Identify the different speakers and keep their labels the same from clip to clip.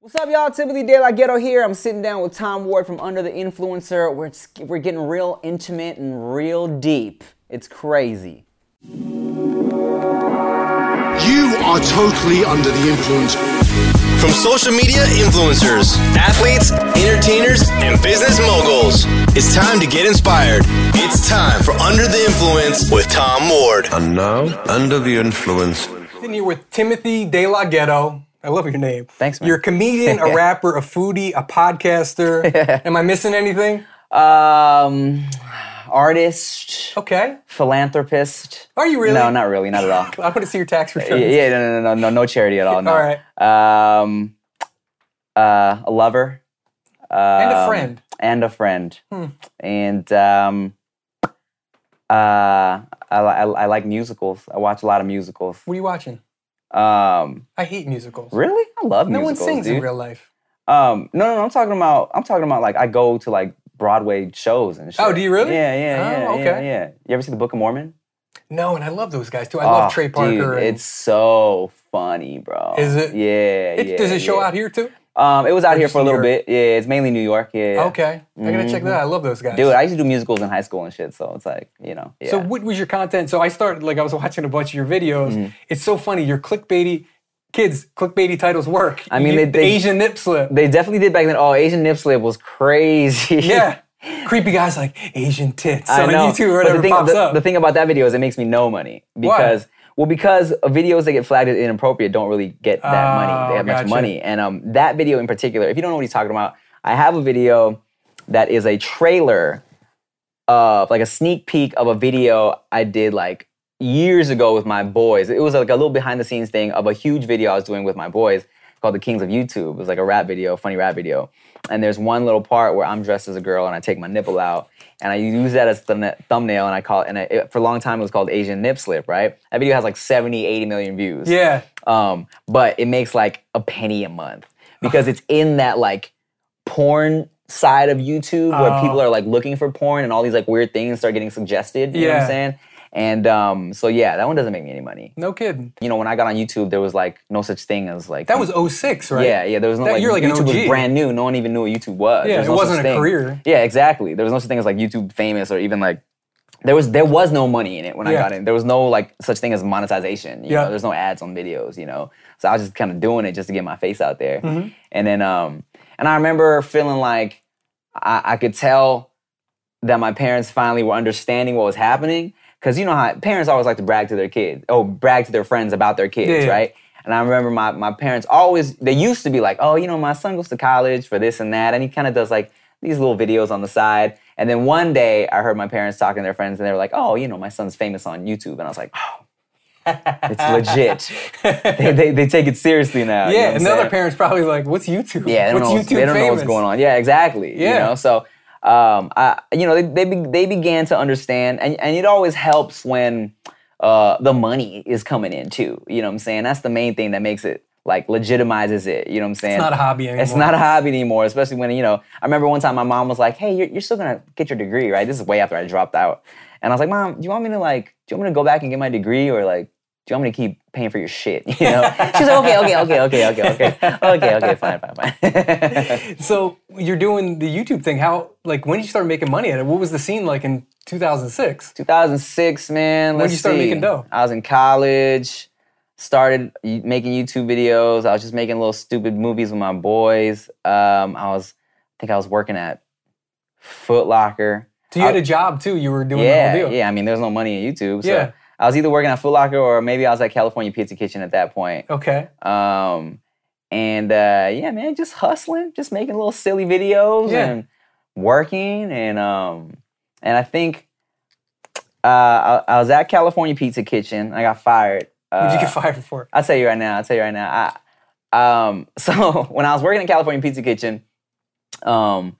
Speaker 1: What's up, y'all? Typically Daylight Ghetto here. I'm sitting down with Tom Ward from Under the Influencer. We're, we're getting real intimate and real deep. It's crazy.
Speaker 2: You are totally under the influence.
Speaker 3: From social media influencers, athletes, entertainers, and business moguls, it's time to get inspired. It's time for Under the Influence with Tom Ward.
Speaker 4: And now, under the influence.
Speaker 5: Sitting here with Timothy De La Ghetto. I love your name.
Speaker 1: Thanks, man.
Speaker 5: You're a comedian, a rapper, a foodie, a podcaster. Am I missing anything?
Speaker 1: Um, artist,
Speaker 5: Okay.
Speaker 1: philanthropist.
Speaker 5: Oh. Are you really?
Speaker 1: No, not really, not at all.
Speaker 5: I want to see your tax
Speaker 1: yeah,
Speaker 5: returns.
Speaker 1: yeah, no, no, no, no, no, no charity at all. No.
Speaker 5: All
Speaker 1: right. Um, uh, a lover.
Speaker 5: And a
Speaker 1: um,
Speaker 5: friend. Hmm.
Speaker 1: and a friend. And um, uh, I, li- I, li- I like musicals. I watch a lot of musicals.
Speaker 5: What are you watching?
Speaker 1: Um,
Speaker 5: I hate musicals.
Speaker 1: really, I love
Speaker 5: No
Speaker 1: musicals.
Speaker 5: one sings
Speaker 1: dude.
Speaker 5: in real life.
Speaker 1: Um, no, no, no, I'm talking about. I'm talking about like I go to like Broadway shows and shit.
Speaker 5: Oh, do you really?
Speaker 1: Yeah, yeah, yeah,
Speaker 5: Oh,
Speaker 1: yeah,
Speaker 5: okay.
Speaker 1: yeah. You ever see the Book of Mormon?
Speaker 5: No, and I love those guys too. I
Speaker 1: Oh,
Speaker 5: love Trey Parker.
Speaker 1: Dude,
Speaker 5: and-
Speaker 1: it's so funny, bro.
Speaker 5: Is it?
Speaker 1: Yeah,
Speaker 5: it-
Speaker 1: yeah.
Speaker 5: does it show
Speaker 1: yeah.
Speaker 5: out here too?
Speaker 1: Um, it was out here
Speaker 5: just
Speaker 1: for a
Speaker 5: in
Speaker 1: little
Speaker 5: Europe?
Speaker 1: bit. Yeah, it's mainly New York. Yeah. Mm-hmm.
Speaker 5: Okay. I gotta check that out. I love those guys.
Speaker 1: Dude, I used to do musicals in high school and shit, so it's like you know. Yeah.
Speaker 5: So what was your content? So I started like I was watching a bunch of your videos.
Speaker 1: Mm-hmm.
Speaker 5: It's so funny. Your clickbaity kids clickbaity titles work.
Speaker 1: I mean,
Speaker 5: You-
Speaker 1: they- they-
Speaker 5: Asian nip slip.
Speaker 1: They definitely did back then. Oh, Asian nip slip was crazy.
Speaker 5: yeah, creepy guys like Asian tits
Speaker 1: I
Speaker 5: on
Speaker 1: know.
Speaker 5: YouTube or
Speaker 1: But
Speaker 5: whatever
Speaker 1: the thing,
Speaker 5: pops
Speaker 1: the,
Speaker 5: up.
Speaker 1: the thing about that video is it makes me no money because well because videos that get flagged as inappropriate don't really get that money. They
Speaker 5: Oh,
Speaker 1: have much
Speaker 5: gotcha.
Speaker 1: money, and um, that video in particular, if you don't know what he's talking about, I have a video that is a trailer of like a sneak peek of a video I did like years ago with my boys. It was like a little behind the scenes thing of a huge video I was doing with my boys called The Kings of YouTube. It was like a rap video, funny rap video. And there's one little part where I'm dressed as a girl and I take my nipple out and I use that as the thumbnail and I call it, and I, it, for a long time it was called Asian Nip Slip, right? That video has like 70, 80 million views.
Speaker 5: yeah,
Speaker 1: Um, but it makes like a penny a month because it's in that like porn side of YouTube where
Speaker 5: Oh.
Speaker 1: people are like looking for porn and all these like weird things start getting suggested. You know what I'm
Speaker 5: Yeah.
Speaker 1: saying? And um, so yeah, that one doesn't make me any money.
Speaker 5: no kidding.
Speaker 1: You know, when I got on YouTube, there was like no such thing as like
Speaker 5: That was 06, right?
Speaker 1: yeah, yeah. There was no
Speaker 5: That-
Speaker 1: like,
Speaker 5: you're like an
Speaker 1: YouTube was
Speaker 5: OG.
Speaker 1: brand new. No one even knew what YouTube was. There
Speaker 5: Yeah,
Speaker 1: was
Speaker 5: it
Speaker 1: no such
Speaker 5: wasn't a
Speaker 1: thing.
Speaker 5: career.
Speaker 1: Yeah, exactly. There was no such thing as like YouTube famous or even like there was there was no money in it when I
Speaker 5: Yeah.
Speaker 1: got in. There was no like such thing as monetization. You
Speaker 5: Yeah.
Speaker 1: know, there's no ads on videos. You know, so I was just kind of doing it just to get my face out there.
Speaker 5: Mm-hmm.
Speaker 1: And then um and I remember feeling like I, I could tell that my parents finally were understanding what was happening. Cause you know how parents always like to brag to their kids, oh, brag to their friends about their kids,
Speaker 5: Yeah, yeah.
Speaker 1: right? And I remember my, my parents always, they used to be like, oh, you know, my son goes to college for this and that. And he kind of does like these little videos on the side. And then one day I heard my parents talking to their friends and they were like, oh, you know, my son's famous on YouTube. And I was like, oh, it's legit. they, they, they take it seriously now. you know
Speaker 5: Yeah,
Speaker 1: what I'm
Speaker 5: and the other
Speaker 1: saying?
Speaker 5: parents probably like, "What's YouTube?
Speaker 1: Yeah, they don't,
Speaker 5: What's
Speaker 1: know what's,
Speaker 5: YouTube
Speaker 1: they don't know what's
Speaker 5: famous?"
Speaker 1: going on. Yeah, exactly. You
Speaker 5: Yeah.
Speaker 1: know, so um, I, you know, they they, be, they began to understand, and and it always helps when uh, the money is coming in too. You know what I'm saying? That's the main thing that makes it like legitimizes it. You know what I'm saying?
Speaker 5: It's not a hobby anymore.
Speaker 1: It's not a hobby anymore, especially when, you know, I remember one time my mom was like, hey, you're, you're still gonna get your degree, right? This is way after I dropped out. And I was like, mom, do you want me to like, do you want me to go back and get my degree or like, do you want me to keep paying for your shit? You know? She was like, okay, okay, okay, okay, okay, okay, okay, okay, fine, fine, fine.
Speaker 5: So you're doing the YouTube thing. How like when did you start making money at it? What was the scene like in 2006?
Speaker 1: 2006, man.
Speaker 5: When did
Speaker 1: let's
Speaker 5: you start
Speaker 1: see.
Speaker 5: making dough?
Speaker 1: I was in college, started y- making YouTube videos. I was just making little stupid movies with my boys. Um, I was, I think I was working at Foot Locker.
Speaker 5: So you had a job too. You were doing
Speaker 1: Uh, yeah,
Speaker 5: the whole deal.
Speaker 1: Yeah, I mean, there's no money in YouTube. So
Speaker 5: Yeah.
Speaker 1: I was either working at Foot Locker or maybe I was at California Pizza Kitchen at that point.
Speaker 5: Okay.
Speaker 1: Um, and uh, yeah, man, just hustling, just making little silly videos
Speaker 5: Yeah.
Speaker 1: and working. And um, and I think uh, I, I was at California Pizza Kitchen. I got fired.
Speaker 5: What
Speaker 1: Uh,
Speaker 5: did you get fired for?
Speaker 1: I'll tell you right now. I'll tell you right now. I, um, so when I was working at California Pizza Kitchen, um,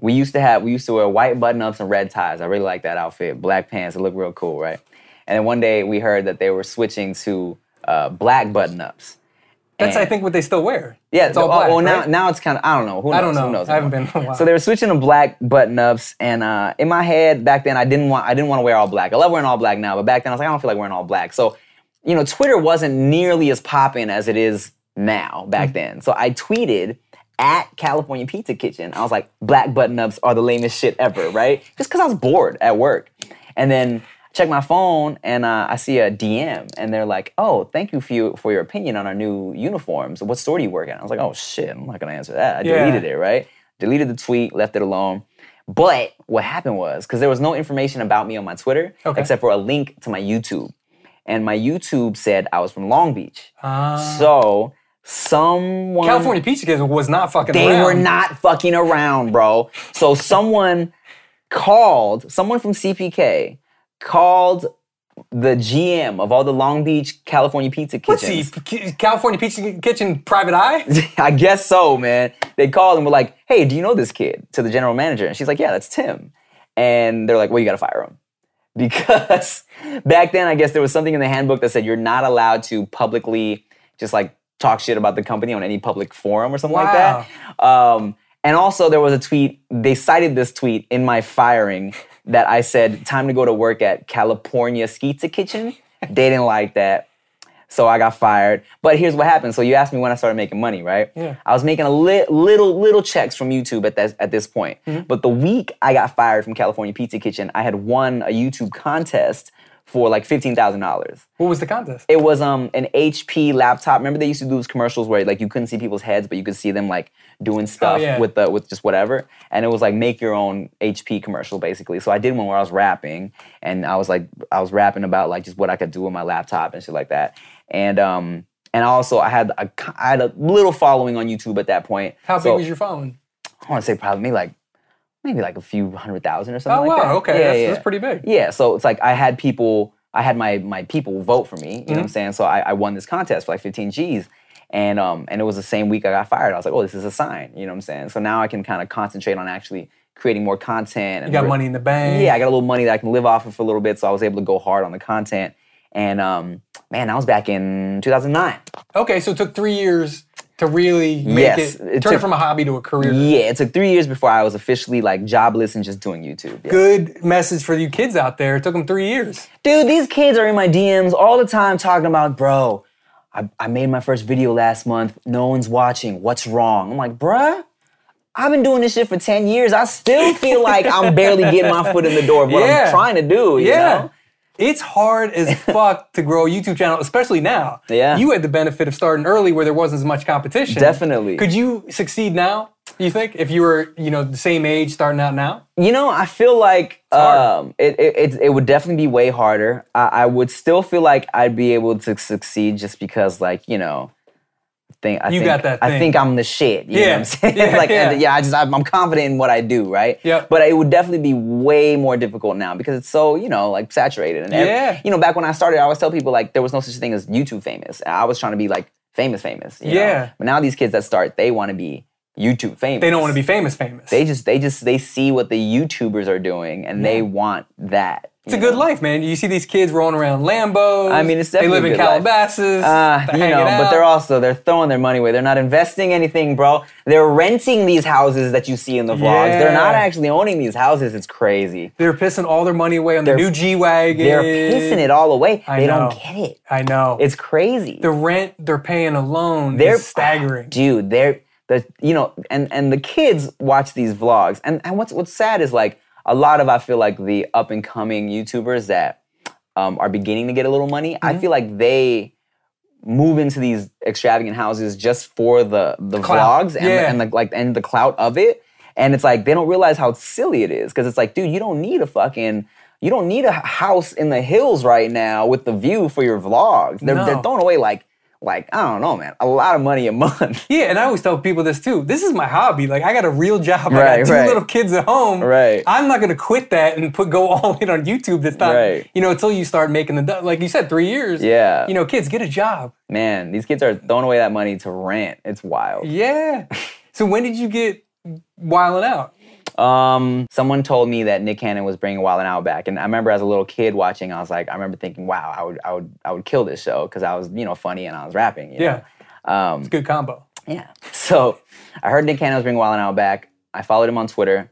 Speaker 1: we used to have we used to wear white button ups and red ties. I really like that outfit. Black pants. It looked real cool, right? And then one day we heard that they were switching to uh, black button ups.
Speaker 5: That's I think what they still wear.
Speaker 1: Yeah,
Speaker 5: It's all
Speaker 1: oh,
Speaker 5: black.
Speaker 1: well, now
Speaker 5: right?
Speaker 1: now it's kind of I don't know. Who knows?
Speaker 5: I don't know.
Speaker 1: Who knows?
Speaker 5: I haven't been in a while.
Speaker 1: So they were switching to black button ups, and uh, in my head back then, I didn't want I didn't want to wear all black. I love wearing all black now, but back then I was like, I don't feel like wearing all black. So,
Speaker 5: Hmm.
Speaker 1: you know, Twitter wasn't nearly as popping as it is now back then. So I tweeted at California Pizza Kitchen. I was like, black button ups are the lamest shit ever, right? Just because I was bored at work. And then I check my phone and uh, I see a DM and they're like, oh, thank you for, you for your opinion on our new uniforms. What store do you work at? I was like, oh shit, I'm not gonna answer that. I
Speaker 5: Yeah.
Speaker 1: deleted it, right? Deleted the tweet, left it alone. But what happened was, because there was no information about me on my Twitter
Speaker 5: Okay.
Speaker 1: except for a link to my YouTube. And my YouTube said I was from Long Beach. so someone
Speaker 5: Ah. California Pizza Kitchen was not fucking
Speaker 1: they
Speaker 5: around.
Speaker 1: were not fucking around, bro. So someone called, someone from CPK called the GM of all the Long Beach California pizza
Speaker 5: What's he?
Speaker 1: kitchens.
Speaker 5: P- California Pizza Kitchen Private Eye?
Speaker 1: I guess so, man. They called and were like, "Hey, do you know this kid?" to the general manager, and she's like, "Yeah, that's Tim." And they're like, "Well, you got to fire him." Because back then, I guess there was something in the handbook that said you're not allowed to publicly just like talk shit about the company on any public forum or something like
Speaker 5: Wow.
Speaker 1: that. Um, and also, there was a tweet. They cited this tweet in my firing that I said, "Time to go to work at California Skeetsa Kitchen." They didn't like that, so I got fired. But here's what happened. So you asked me when I started making money, right?
Speaker 5: Yeah.
Speaker 1: I was making a li- little little checks from YouTube at this at this point. But the week I got fired from California Pizza Kitchen, I had won a YouTube contest for like fifteen thousand dollars.
Speaker 5: What was the contest?
Speaker 1: It was um an HP laptop. Remember they used to do those commercials where like you couldn't see people's heads, but you could see them like doing stuff
Speaker 5: Oh, yeah.
Speaker 1: with the with just whatever. And it was like make your own HP commercial basically. So I did one where I was rapping and I was like I was rapping about like just what I could do with my laptop and shit like that. And um and also I had a co- I had a little following on YouTube at that point.
Speaker 5: How big
Speaker 1: So-
Speaker 5: was your phone?
Speaker 1: I want to say probably maybe like maybe like a few hundred thousand or
Speaker 5: Oh,
Speaker 1: something like
Speaker 5: wow.
Speaker 1: that.
Speaker 5: Okay.
Speaker 1: Yeah,
Speaker 5: that's,
Speaker 1: yeah.
Speaker 5: that's pretty big.
Speaker 1: Yeah, so it's like I had people, I had my my people vote for me. You know
Speaker 5: Mm-hmm.
Speaker 1: what I'm saying? So I, I won this contest for like 15 G's, and um and it was the same week I got fired. I was like, oh, this is a sign. You know what I'm saying? So now I can kind of concentrate on actually creating more content. And
Speaker 5: You got
Speaker 1: re-
Speaker 5: money in the bank.
Speaker 1: Yeah, I got a little money that I can live off of for a little bit, so I was able to go hard on the content. And um, man, that was back in 2009.
Speaker 5: Okay, so it took three years to really make
Speaker 1: Yes,
Speaker 5: it,
Speaker 1: it
Speaker 5: turn it
Speaker 1: took-
Speaker 5: from a hobby to a career.
Speaker 1: Yeah, it took three years before I was officially like jobless and just doing YouTube. Yeah.
Speaker 5: Good message for you kids out there. It took them three years.
Speaker 1: dude, these kids are in my DMs all the time talking about, bro, I, I made my first video last month. No one's watching. What's wrong? I'm like, bruh, I've been doing this shit for 10 years. I still feel like I'm barely getting my foot in the door of what
Speaker 5: Yeah.
Speaker 1: I'm trying to do. You
Speaker 5: yeah.
Speaker 1: Know?
Speaker 5: It's hard as fuck to grow a YouTube channel, especially now.
Speaker 1: Yeah.
Speaker 5: You had the benefit of starting early where there wasn't as much competition.
Speaker 1: Definitely.
Speaker 5: Could you succeed now, you think, if you were, you know, the same age starting out now?
Speaker 1: You know, I feel like
Speaker 5: hard.
Speaker 1: um, it, it, it, it would definitely be way harder. I, I would still feel like I'd be able to succeed just because, like, you know, I think, I
Speaker 5: You
Speaker 1: think,
Speaker 5: got that
Speaker 1: I
Speaker 5: thing.
Speaker 1: think I'm the shit. You know what
Speaker 5: Yeah.
Speaker 1: I'm saying?
Speaker 5: Yeah,
Speaker 1: like,
Speaker 5: yeah.
Speaker 1: and, yeah, I just, I'm, I'm confident in what I do, right?
Speaker 5: Yep.
Speaker 1: But it would definitely be way more difficult now because it's so, you know, like saturated. And ev-
Speaker 5: Yeah.
Speaker 1: you know, back when I started, I always tell people, like, there was no such thing as YouTube famous. I was trying to be, like, famous, famous. you know?
Speaker 5: Yeah.
Speaker 1: But now these kids that start, they want to be YouTube famous
Speaker 5: They don't want to be famous, famous.
Speaker 1: they just they just they see what the YouTubers are doing and they want that.
Speaker 5: it's a good life, man. You see these kids rolling around Lambos.
Speaker 1: I mean, it's
Speaker 5: They live
Speaker 1: definitely
Speaker 5: in
Speaker 1: a good life.
Speaker 5: Calabasas.
Speaker 1: Uh, you
Speaker 5: hanging
Speaker 1: know, but they're
Speaker 5: out.
Speaker 1: also they're throwing their money away. They're not investing anything, bro. They're renting these houses that you see in the vlogs. They're not
Speaker 5: Yeah.
Speaker 1: actually owning these houses. It's crazy.
Speaker 5: They're pissing all their money away on the
Speaker 1: They're-
Speaker 5: new G wagon.
Speaker 1: They're pissing it all away.
Speaker 5: I
Speaker 1: they
Speaker 5: know.
Speaker 1: don't get it.
Speaker 5: I know.
Speaker 1: It's crazy.
Speaker 5: the rent they're paying alone
Speaker 1: they're
Speaker 5: is staggering.
Speaker 1: dude they're the you know and and the kids watch these vlogs and and what's what's sad is like a lot of i feel like the up and coming youtubers that um, are beginning to get a little money
Speaker 5: Mm-hmm.
Speaker 1: i feel like they move into these extravagant houses just for the the
Speaker 5: Clout.
Speaker 1: vlogs and,
Speaker 5: Yeah.
Speaker 1: the, and the like and the clout of it and it's like they don't realize how silly it is because it's like dude you don't need a fucking you don't need a h- house in the hills right now with the view for your vlogs they're,
Speaker 5: No.
Speaker 1: they're throwing away like like I don't know, man, a lot of money a month.
Speaker 5: Yeah, and I always tell people this too. This is my hobby. Like I got a real job. I
Speaker 1: Right,
Speaker 5: got two
Speaker 1: right.
Speaker 5: little kids at home.
Speaker 1: Right.
Speaker 5: I'm not gonna quit that and put go all in on YouTube. That's not
Speaker 1: Right.
Speaker 5: you know until you start making the du- like you said three years.
Speaker 1: Yeah.
Speaker 5: You know, kids get a job.
Speaker 1: Man, these kids are throwing away that money to rent. It's wild.
Speaker 5: Yeah. so when did you get wiling out?
Speaker 1: Um, someone told me that Nick Cannon was bringing Wild and Out back, and I remember as a little kid watching. I was like, I remember thinking, wow, I would, I would, I would kill this show because I was, you know, funny and I was rapping. you know?
Speaker 5: Yeah. Um, it's a good combo.
Speaker 1: Yeah. So I heard Nick Cannon was bringing Wild and Out back. I followed him on Twitter,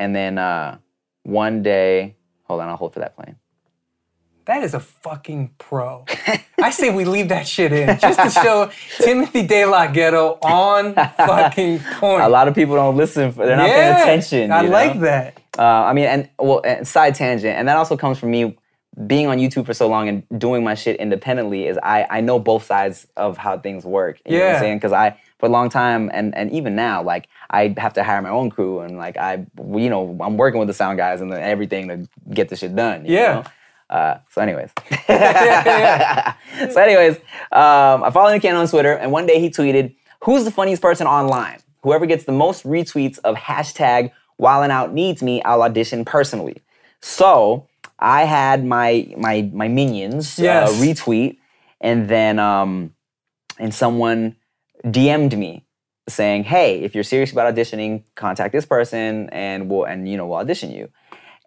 Speaker 1: and then uh, one day, hold on, I'll hold for that plane.
Speaker 5: That is a fucking pro. I say we leave that shit in just to show Timothy De La Ghetto on fucking point.
Speaker 1: A lot of people don't listen. For, they're not paying attention.
Speaker 5: I
Speaker 1: you
Speaker 5: like
Speaker 1: know?
Speaker 5: that.
Speaker 1: Uh, I mean, and well, and side tangent, and that also comes from me being on YouTube for so long and doing my shit independently. Is I I know both sides of how things work. You know what
Speaker 5: Yeah.
Speaker 1: I'm saying? Because I for a long time and and even now, like I have to hire my own crew and like I you know I'm working with the sound guys and the, everything to get the shit done. you
Speaker 5: Yeah.
Speaker 1: know? Uh, so, anyways, so, anyways, um, I follow Nikan on Twitter, and one day he tweeted, "Who's the funniest person online? Whoever gets the most retweets of hashtag Wildin' Out needs me, I'll audition personally." So I had my my my minions
Speaker 5: Yes.
Speaker 1: uh, retweet, and then um, and someone DM'd me saying, "Hey, if you're serious about auditioning, contact this person, and we'll and you know we'll audition you."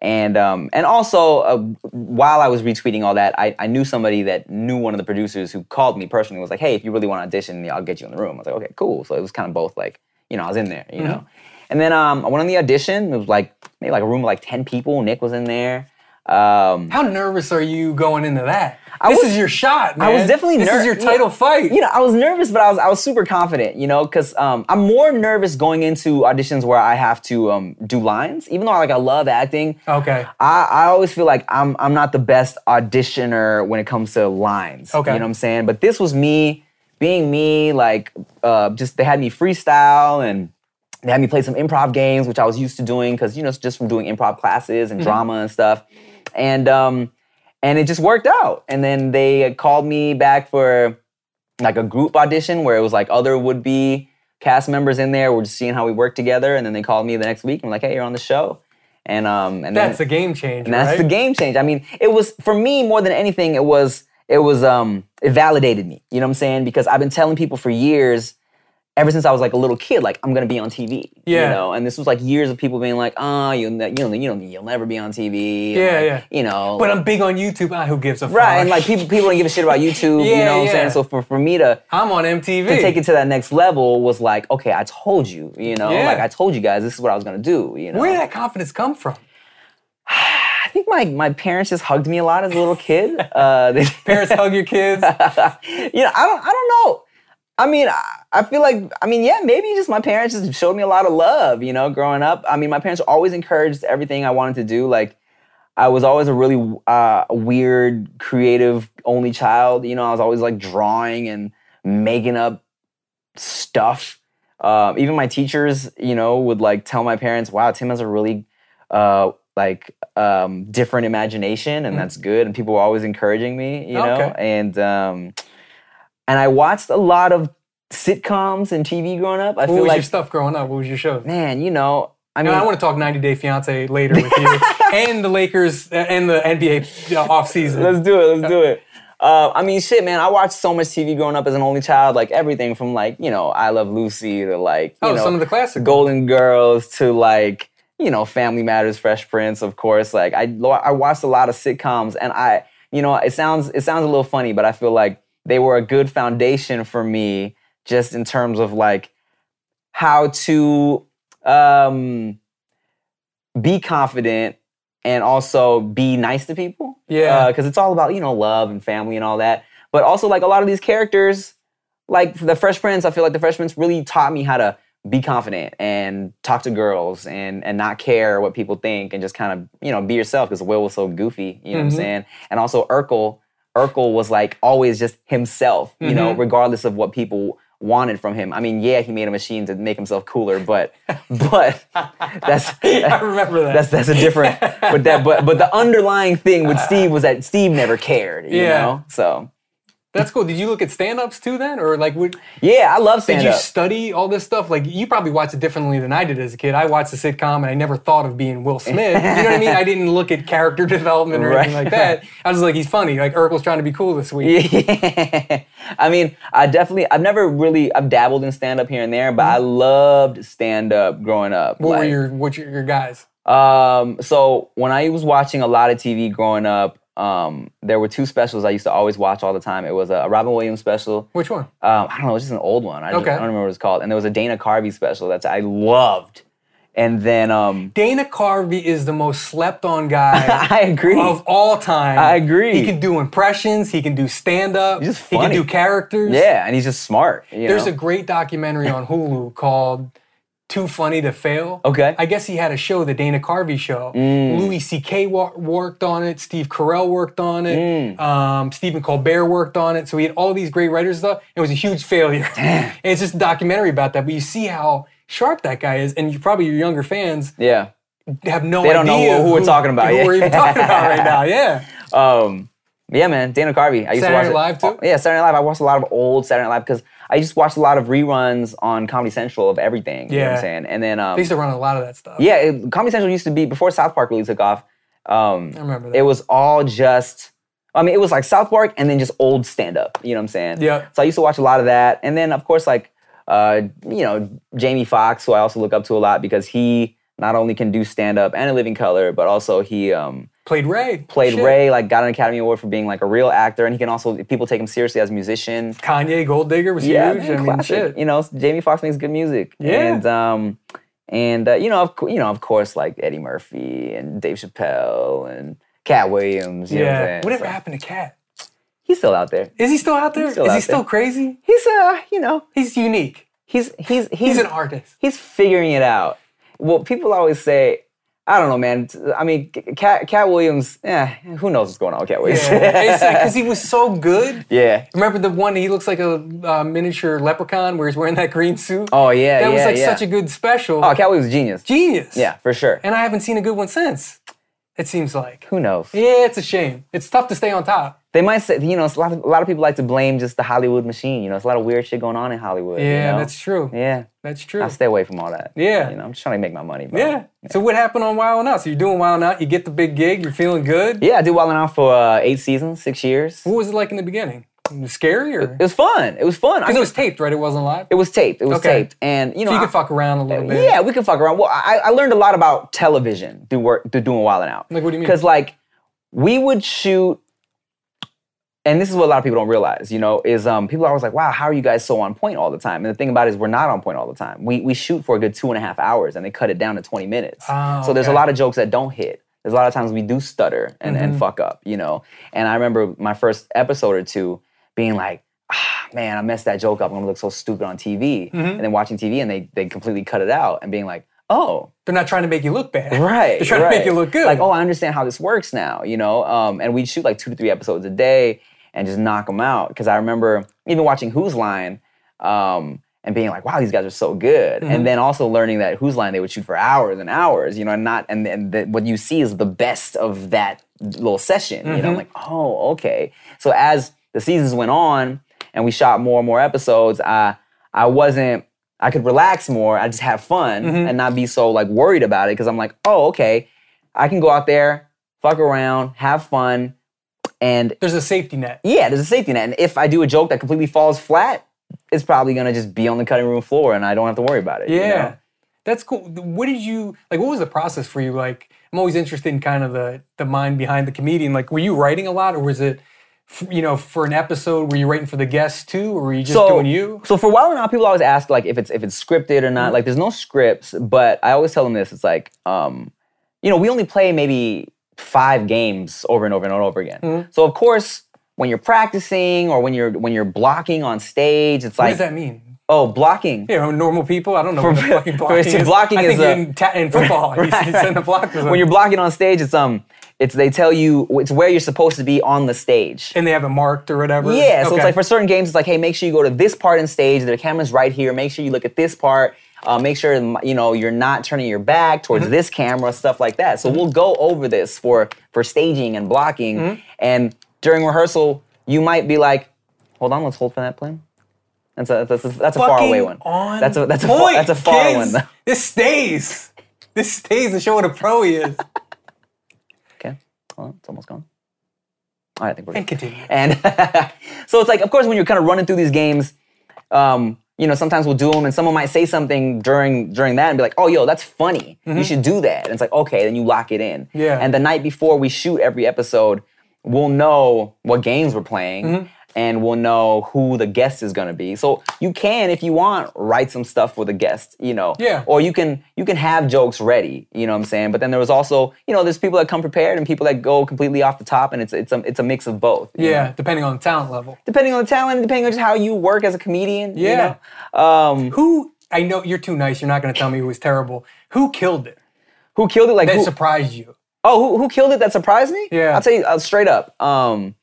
Speaker 1: And um, and also, uh, while I was retweeting all that, I, I knew somebody that knew one of the producers who called me personally and was like, "Hey, if you really want to audition, I'll get you in the room." I was like, "Okay, cool." So it was kind of both like, you know, I was in there, you know. And then um, I went on the audition. It was like maybe like a room of like ten people. Nick was in there. Um,
Speaker 5: How nervous are you going into that? this
Speaker 1: was-
Speaker 5: is your shot, man.
Speaker 1: I was definitely
Speaker 5: This
Speaker 1: ner-
Speaker 5: is your
Speaker 1: yeah.
Speaker 5: title fight.
Speaker 1: you know, I was nervous, but I was I was super confident, you know, because um, I'm more nervous going into auditions where I have to um, do lines, even though I like I love acting.
Speaker 5: Okay.
Speaker 1: I, I always feel like I'm I'm not the best auditioner when it comes to lines.
Speaker 5: Okay.
Speaker 1: You know what I'm saying? But this was me being me, like uh, just they had me freestyle and they had me play some improv games, which I was used to doing because you know it's just from doing improv classes
Speaker 5: Mm-hmm.
Speaker 1: and drama and stuff. And um and it just worked out. And then they called me back for like a group audition where it was like other would be cast members in there. We're just seeing how we work together. And then they called me the next week and like, hey, you're on the show. And um and then,
Speaker 5: That's a game changer,
Speaker 1: and that's
Speaker 5: right?
Speaker 1: the game change. I mean, it was for me more than anything. It was it was um it validated me. You know what I'm saying? Because I've been telling people for years, ever since I was like a little kid, like I'm gonna be on TV.
Speaker 5: Yeah.
Speaker 1: You know, and this was like years of people being like, oh, you ne- you know you know you'll never be on TV. and,
Speaker 5: Yeah,
Speaker 1: like,
Speaker 5: yeah.
Speaker 1: You know,
Speaker 5: But I'm big on YouTube. Ah, who gives a fuck?
Speaker 1: right. And like people people don't give a shit about YouTube. you know
Speaker 5: Yeah,
Speaker 1: what I'm
Speaker 5: yeah.
Speaker 1: saying? So for for me to
Speaker 5: I'm on MTV.
Speaker 1: to take it to that next level was like, okay, I told you, you know,
Speaker 5: Yeah.
Speaker 1: like I told you guys, this is what I was gonna do, you know.
Speaker 5: Where did that confidence come from?
Speaker 1: I think my, my parents just hugged me a lot as a little kid. Uh, they,
Speaker 5: Parents hug your kids.
Speaker 1: you know, I don't, I don't know. I mean, I, I feel like, I mean, yeah, maybe just my parents just showed me a lot of love, you know, growing up. I mean, my parents always encouraged everything I wanted to do. Like, I was always a really uh, weird, creative only child. You know, I was always like drawing and making up stuff. Um, even my teachers, you know, would like tell my parents, "Wow, Tim has a really uh, like um, different imagination, and that's good." And people were always encouraging me, you know.
Speaker 5: Mm-hmm. Okay.
Speaker 1: And um, and I watched a lot of sitcoms and TV growing up. I
Speaker 5: What
Speaker 1: feel
Speaker 5: was your
Speaker 1: like,
Speaker 5: stuff growing up? What was your shows?
Speaker 1: man, you know, I
Speaker 5: And
Speaker 1: mean,
Speaker 5: I want to talk 90 Day Fiance later with you and the Lakers uh, and the NBA uh, offseason.
Speaker 1: Let's do it. Let's do it. Uh, I mean, shit, man. I watched so much TV growing up as an only child, like everything from like you know I Love Lucy to like you
Speaker 5: Oh,
Speaker 1: know,
Speaker 5: some of the classic
Speaker 1: Golden Girls to like you know Family Matters, Fresh Prince, of course. Like I lo- I watched a lot of sitcoms, and I you know it sounds it sounds a little funny, but I feel like they were a good foundation for me just in terms of like how to um be confident and also be nice to people
Speaker 5: Yeah.
Speaker 1: because Uh, it's all about you know love and family and all that but also like a lot of these characters like the fresh prince i feel like the fresh prince really taught me how to be confident and talk to girls and and not care what people think and just kind of you know be yourself because will was so goofy you know what i'm
Speaker 5: Mhm.
Speaker 1: saying and also urkel urkel was like always just himself you know
Speaker 5: Mhm.
Speaker 1: regardless of what people wanted from him i mean yeah he made a machine to make himself cooler but but that's
Speaker 5: I remember that.
Speaker 1: that's that's a different but that but but the underlying thing with Steve was that Steve never cared, you
Speaker 5: Yeah.
Speaker 1: know? So
Speaker 5: That's cool. Did you look at stand ups too then? Or like, would,
Speaker 1: yeah, I love
Speaker 5: did
Speaker 1: stand
Speaker 5: you
Speaker 1: up.
Speaker 5: study all this stuff? Like, you probably watched it differently than I did as a kid. I watched a sitcom and I never thought of being Will Smith. You know what I mean? I didn't look at character development or anything
Speaker 1: Right.
Speaker 5: like that. I was like, he's funny. Like, Urkel's trying to be cool this week.
Speaker 1: I mean, I definitely I've never really I've dabbled in stand up here and there, but I loved stand up growing up.
Speaker 5: Mm-hmm. What were
Speaker 1: Like,
Speaker 5: your, what your, your guys?
Speaker 1: Um, so when I was watching a lot of TV growing up, um, there were two specials I used to always watch all the time. It was a Robin Williams special.
Speaker 5: Which one?
Speaker 1: um, I don't know, it's just an old one. I, just-
Speaker 5: Okay.
Speaker 1: I don't remember what it's called. And there was a Dana Carvey special that I loved. And then um,
Speaker 5: Dana Carvey is the most slept on guy
Speaker 1: I agree.
Speaker 5: of all time.
Speaker 1: I agree.
Speaker 5: He can do impressions, he can do stand up, he
Speaker 1: He's just
Speaker 5: can
Speaker 1: funny.
Speaker 5: do characters.
Speaker 1: yeah, and he's just smart. you
Speaker 5: There's
Speaker 1: know?
Speaker 5: a great documentary on Hulu called Too Funny to Fail.
Speaker 1: Okay. Mm.
Speaker 5: I guess he had a show, the Dana Carvey show. Louis C.K. Wa- worked on it. Steve Carell worked on it.
Speaker 1: Mm.
Speaker 5: Um, Stephen Colbert worked on it. So he had all these great writers and stuff. It was a huge failure. and it's just a documentary about that. But you see how sharp that guy is, and you probably your younger fans
Speaker 1: yeah.
Speaker 5: have no
Speaker 1: They
Speaker 5: idea
Speaker 1: don't know who we're talking about,
Speaker 5: who
Speaker 1: yeah.
Speaker 5: we're even talking about right now. Yeah.
Speaker 1: Um, yeah, man, Dana Carvey. I used
Speaker 5: Saturday
Speaker 1: to watch
Speaker 5: Night
Speaker 1: it. Oh,
Speaker 5: Live, too?
Speaker 1: Yeah, Saturday Night Live. I watched a lot of old Saturday Night Live because I just watched a lot of reruns on Comedy Central of everything. You know what
Speaker 5: Yeah.
Speaker 1: I'm saying? And then um,
Speaker 5: They used to run a lot of that stuff.
Speaker 1: yeah, it, Comedy Central used to be before South Park really took off. Um,
Speaker 5: I remember that.
Speaker 1: it was all just. I mean, it was like South Park and then just old stand up. You know what I'm saying?
Speaker 5: Yeah.
Speaker 1: So I used to watch a lot of that, and then of course like uh, you know Jamie Foxx, who I also look up to a lot because he not only can do stand up and a living color, but also he um,
Speaker 5: Played Ray.
Speaker 1: played
Speaker 5: Shit.
Speaker 1: Ray, like got an Academy Award for being like a real actor, and he can also people take him seriously as a musician.
Speaker 5: Kanye Gold Digger was huge.
Speaker 1: man,
Speaker 5: I mean,
Speaker 1: classic.
Speaker 5: shit.
Speaker 1: You know, Jamie Foxx makes good music.
Speaker 5: Yeah.
Speaker 1: and um, and uh, you know, of, cou- you know, of course, like Eddie Murphy and Dave Chappelle and Cat Williams. You know what I'm
Speaker 5: Yeah.
Speaker 1: saying?
Speaker 5: Whatever
Speaker 1: So,
Speaker 5: happened to Cat?
Speaker 1: He's still out there.
Speaker 5: Is he still out there?
Speaker 1: still
Speaker 5: Is he
Speaker 1: out
Speaker 5: still
Speaker 1: there.
Speaker 5: crazy?
Speaker 1: He's uh, you know,
Speaker 5: He's unique.
Speaker 1: he's he's he's,
Speaker 5: He's an artist.
Speaker 1: He's figuring it out. Well, people always say. I don't know, man. I mean, Cat Cat Williams. Eh, who knows what's going on with Cat Williams?
Speaker 5: Because he was so good.
Speaker 1: yeah.
Speaker 5: Remember the one he looks like a uh, miniature leprechaun where he's wearing that green suit?
Speaker 1: Oh yeah.
Speaker 5: that was
Speaker 1: yeah,
Speaker 5: like
Speaker 1: yeah.
Speaker 5: such a good special.
Speaker 1: Oh, Cat Williams was genius.
Speaker 5: Genius.
Speaker 1: Yeah, for sure.
Speaker 5: And I haven't seen a good one since. It seems like.
Speaker 1: Who knows?
Speaker 5: Yeah, it's a shame. It's tough to stay on top.
Speaker 1: They might say, you know, it's a lot, of, a lot of people like to blame just the Hollywood machine. You know, it's a lot of weird shit going on in Hollywood. you
Speaker 5: Yeah,
Speaker 1: know?
Speaker 5: that's true.
Speaker 1: Yeah,
Speaker 5: That's true.
Speaker 1: I stay away from all that.
Speaker 5: Yeah.
Speaker 1: you know, I'm just trying to make my money. Bro.
Speaker 5: yeah. So what happened on Wild and Out? So you're doing Wild and Out. You get the big gig. You're feeling good.
Speaker 1: yeah. I did Wild 'N Out for uh, eight seasons, six years.
Speaker 5: What was it like in the beginning? Was it scary or?
Speaker 1: It was fun. It was fun. I,
Speaker 5: Because it
Speaker 1: could-
Speaker 5: was taped, right? It wasn't live.
Speaker 1: it was taped. It was
Speaker 5: Okay.
Speaker 1: taped, and you know,
Speaker 5: So you
Speaker 1: I-
Speaker 5: could fuck around a little bit.
Speaker 1: Yeah, we can fuck around. Well, I, I learned a lot about television through work through doing Wild and Out.
Speaker 5: Like, what do you mean?
Speaker 1: Because like we would shoot, and this is what a lot of people don't realize. You know, is um people are always like, "Wow, how are you guys so on point all the time?" And the thing about it is, we're not on point all the time. We we shoot for a good two and a half hours, and they cut it down to twenty minutes.
Speaker 5: Oh,
Speaker 1: so there's a
Speaker 5: okay.
Speaker 1: lot of jokes that don't hit. There's a lot of times we do stutter and,
Speaker 5: Mm-hmm.
Speaker 1: and fuck up. You know, and I remember my first episode or two being like "Ah, man, I messed that joke up. I'm gonna look so stupid on TV.
Speaker 5: Mm-hmm.
Speaker 1: And then watching TV and they they completely cut it out and being like, oh,
Speaker 5: They're not trying to make you look bad.
Speaker 1: right.
Speaker 5: They're trying to
Speaker 1: right.
Speaker 5: make you look good.
Speaker 1: Like, oh, I understand how this works now, you know? Um, and we'd shoot like two to three episodes a day and just knock them out. Cause I remember even watching Who's Line um, and being like, wow, these guys are so good.
Speaker 5: Mm-hmm.
Speaker 1: And then also learning that Who's Line, they would shoot for hours and hours, you know, and not, and, and the, what you see is the best of that little session, you
Speaker 5: Mm-hmm.
Speaker 1: know? I'm like, oh, okay. So as the seasons went on and we shot more and more episodes, I, I wasn't, I could relax more. I just have fun and not be so like worried about it because I'm like, oh, okay, I can go out there, fuck around, have fun, and
Speaker 5: There's a safety net.
Speaker 1: yeah, there's a safety net. And if I do a joke that completely falls flat, it's probably gonna just be on the cutting room floor, and I don't have to worry about it. you
Speaker 5: Yeah.
Speaker 1: know?
Speaker 5: That's cool. What did you like? What was the process for you? Like, I'm always interested in kind of the the mind behind the comedian. Like, were you writing a lot, or was it, f- you know, for an episode? Were you writing for the guests too, or were you just doing you? Mm-hmm.
Speaker 1: So for a while now, people always ask like if it's if it's scripted or not. Like there's no scripts, but I always tell them this. It's like, um, you know, we only play maybe five games over and over and over again.
Speaker 5: Mm-hmm.
Speaker 1: So of course, when you're practicing or when you're when you're blocking on stage, it's
Speaker 5: What
Speaker 1: like
Speaker 5: does that mean?
Speaker 1: oh blocking.
Speaker 5: You know, normal people. I don't know what the fucking blocking
Speaker 1: see,
Speaker 5: is.
Speaker 1: blocking
Speaker 5: I
Speaker 1: is
Speaker 5: think
Speaker 1: a-
Speaker 5: in, ta- in football, he's, he's in the block. or
Speaker 1: When you're
Speaker 5: something.
Speaker 1: blocking on stage, it's um, it's they tell you it's where you're supposed to be on the stage.
Speaker 5: and they have it marked or whatever.
Speaker 1: Yeah, so
Speaker 5: Okay.
Speaker 1: it's like for certain games, it's like, hey, make sure you go to this part in stage. The camera's right here. Make sure you look at this part. Uh, make sure you know you're not turning your back towards
Speaker 5: Mm-hmm.
Speaker 1: this camera, stuff like that. So we'll go over this for for staging and blocking.
Speaker 5: Mm-hmm.
Speaker 1: And during rehearsal, you might be like, hold on, let's hold for that plan. That's a that's a, that's a far away
Speaker 5: fucking
Speaker 1: one.
Speaker 5: On
Speaker 1: that's a that's a
Speaker 5: point,
Speaker 1: far, that's a far
Speaker 5: kids.
Speaker 1: one.
Speaker 5: This stays. This stays to show what a pro he is.
Speaker 1: Okay, hold on, it's almost gone. All right, I think we're good.
Speaker 5: And continue.
Speaker 1: And so it's like, of course, when you're kind of running through these games, um, you know, sometimes we'll do them, and someone might say something during during that, and be like, "Oh, yo, that's funny. You should do that." And it's like, okay, then you lock it in.
Speaker 5: Mm-hmm. Yeah. Mm-hmm.
Speaker 1: And the night before we shoot every episode, we'll know what games we're playing, and we'll know who the guest is gonna be. So you can, if you want, write some stuff for the guest, you know.
Speaker 5: Yeah.
Speaker 1: Or you can you can have jokes ready, you know what I'm saying? But then there was also, you know, there's people that come prepared and people that go completely off the top, and it's it's a it's a mix of both. you know?
Speaker 5: Yeah, depending on talent level.
Speaker 1: Depending on the talent, depending on just how you work as a comedian. you
Speaker 5: Yeah.
Speaker 1: know? Um
Speaker 5: Who I know you're too nice. You're not going to tell me it was terrible. Who killed it?
Speaker 1: who killed it like
Speaker 5: That
Speaker 1: who,
Speaker 5: surprised you?
Speaker 1: Oh, who, who killed it that surprised me?
Speaker 5: Yeah.
Speaker 1: I'll tell you uh, straight up. Um,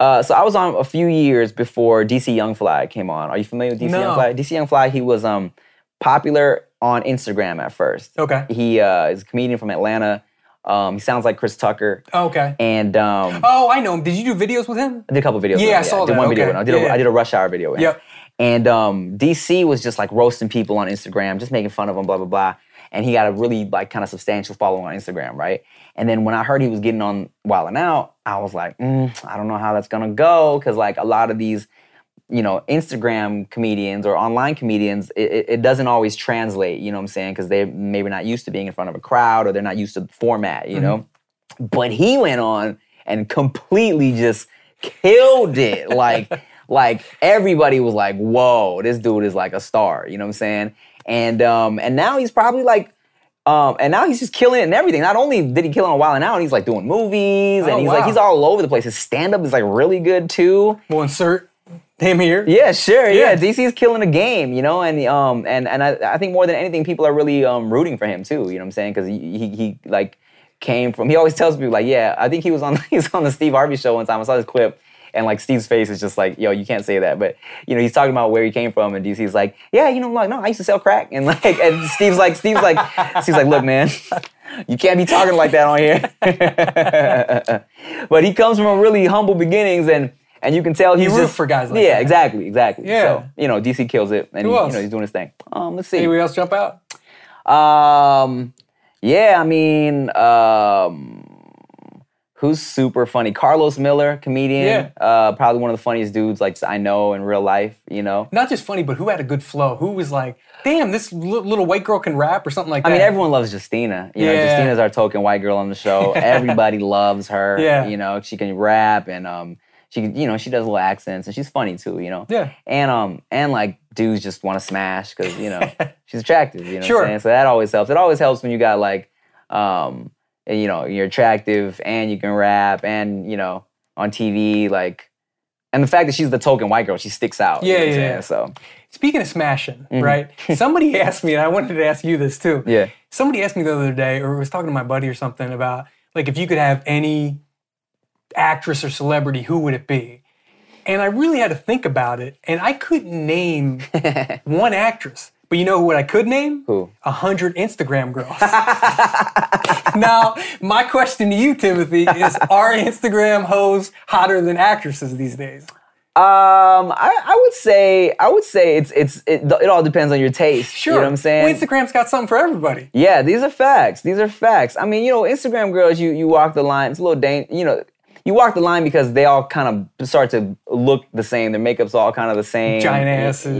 Speaker 1: uh, so I was on a few years before DC Young Fly came on. Are you familiar with DC Young
Speaker 5: No.
Speaker 1: Fly? DC Young Fly, he was um, popular on Instagram at first.
Speaker 5: Okay.
Speaker 1: He uh, is a comedian from Atlanta. Um, he sounds like Chris Tucker.
Speaker 5: Okay.
Speaker 1: And um,
Speaker 5: Oh, I know him. Did you do videos with him?
Speaker 1: I did a couple videos. with
Speaker 5: Yeah,
Speaker 1: him,
Speaker 5: I saw
Speaker 1: did
Speaker 5: that.
Speaker 1: one video.
Speaker 5: Okay.
Speaker 1: with him. I did.
Speaker 5: Yeah,
Speaker 1: a, I
Speaker 5: yeah.
Speaker 1: did a rush hour video. with him.
Speaker 5: Yep.
Speaker 1: And um, DC was just like roasting people on Instagram, just making fun of them, blah blah blah. And he got a really like kind of substantial following on Instagram, right? And then when I heard he was getting on Wild and Out, I was like, mm, I don't know how that's gonna go, because like a lot of these, you know, Instagram comedians or online comedians, it, it, it doesn't always translate. You know what I'm saying? Because they're maybe not used to being in front of a crowd or they're not used to the format. You know.
Speaker 5: Mm-hmm.
Speaker 1: But he went on and completely just killed it. Like, like everybody was like, "Whoa, this dude is like a star." You know what I'm saying? And um, and now he's probably like, um, and now he's just killing it and everything. Not only did he kill it on Wild and Out, he's like doing movies and
Speaker 5: Oh,
Speaker 1: he's like
Speaker 5: wow.
Speaker 1: he's all over the place. His stand up is like really good too.
Speaker 5: We'll insert him here.
Speaker 1: Yeah, sure. Yeah.
Speaker 5: Yeah.
Speaker 1: DC's killing the game, you know, and um and and I, I think more than anything, people are really um rooting for him too. You know what I'm saying? Because he, he he like came from. He always tells people like, yeah, I think he was on he was on the Steve Harvey show one time. I saw this clip. And like Steve's face is just like, yo, you can't say that. But you know, he's talking about where he came from, and DC's like, yeah, you know, like, no, I used to sell crack, and like, and Steve's like, Steve's like, Steve's like, look, man, you can't be talking like that on here. but he comes from really humble beginnings, and and you can tell he's
Speaker 5: root
Speaker 1: just
Speaker 5: for guys like
Speaker 1: yeah,
Speaker 5: that.
Speaker 1: exactly, exactly.
Speaker 5: Yeah.
Speaker 1: So you know, DC kills it, and
Speaker 5: Who
Speaker 1: he- you
Speaker 5: else?
Speaker 1: know he's doing his thing. Um, let's see.
Speaker 5: Anybody else jump out?
Speaker 1: Um, yeah, I mean, um, who's super funny? Carlos Miller, comedian.
Speaker 5: Yeah.
Speaker 1: Uh, probably one of the funniest dudes like I know in real life. You know.
Speaker 5: Not just funny, but who had a good flow? Who was like, damn, this li- little white girl can rap or something like that?
Speaker 1: I mean, everyone loves Justina. You know,
Speaker 5: Yeah.
Speaker 1: Justina's our token white girl on the show. Everybody loves her.
Speaker 5: Yeah.
Speaker 1: You know, she can rap and um, she can, you know, she does little accents and she's funny too. You know.
Speaker 5: Yeah.
Speaker 1: And um, and like dudes just want to smash because you know she's attractive. You know. What
Speaker 5: Sure.
Speaker 1: I'm saying? So that always helps. It always helps when you got like, um, and, you know, you're attractive and you can rap and you know on TV like. And the fact that she's the token white girl, she sticks out. you
Speaker 5: Yeah,
Speaker 1: know what I'm
Speaker 5: yeah,
Speaker 1: saying? So,
Speaker 5: yeah. Speaking of smashing, right? Somebody asked me, and I wanted to ask you this too.
Speaker 1: Mm-hmm. yeah.
Speaker 5: Somebody asked me the other day, or was talking to my buddy or something about like if you could have any actress or celebrity, who would it be? And I really had to think about it, and I couldn't name one actress. But you know what I could name?
Speaker 1: Who?
Speaker 5: A hundred Instagram girls. now, my question to you, Timothy, is: Are Instagram hoes hotter than actresses these days?
Speaker 1: Um, I, I would say I would say it's it's it, it all depends on your taste. you know what I'm saying.
Speaker 5: Well, Instagram's got something for everybody.
Speaker 1: yeah, these are facts. These are facts. I mean, you know, Instagram girls, you you walk the line. It's a little dang, you know. You walk the line because they all kind of start to look the same. Their makeup's all kind of the same.
Speaker 5: Giant asses.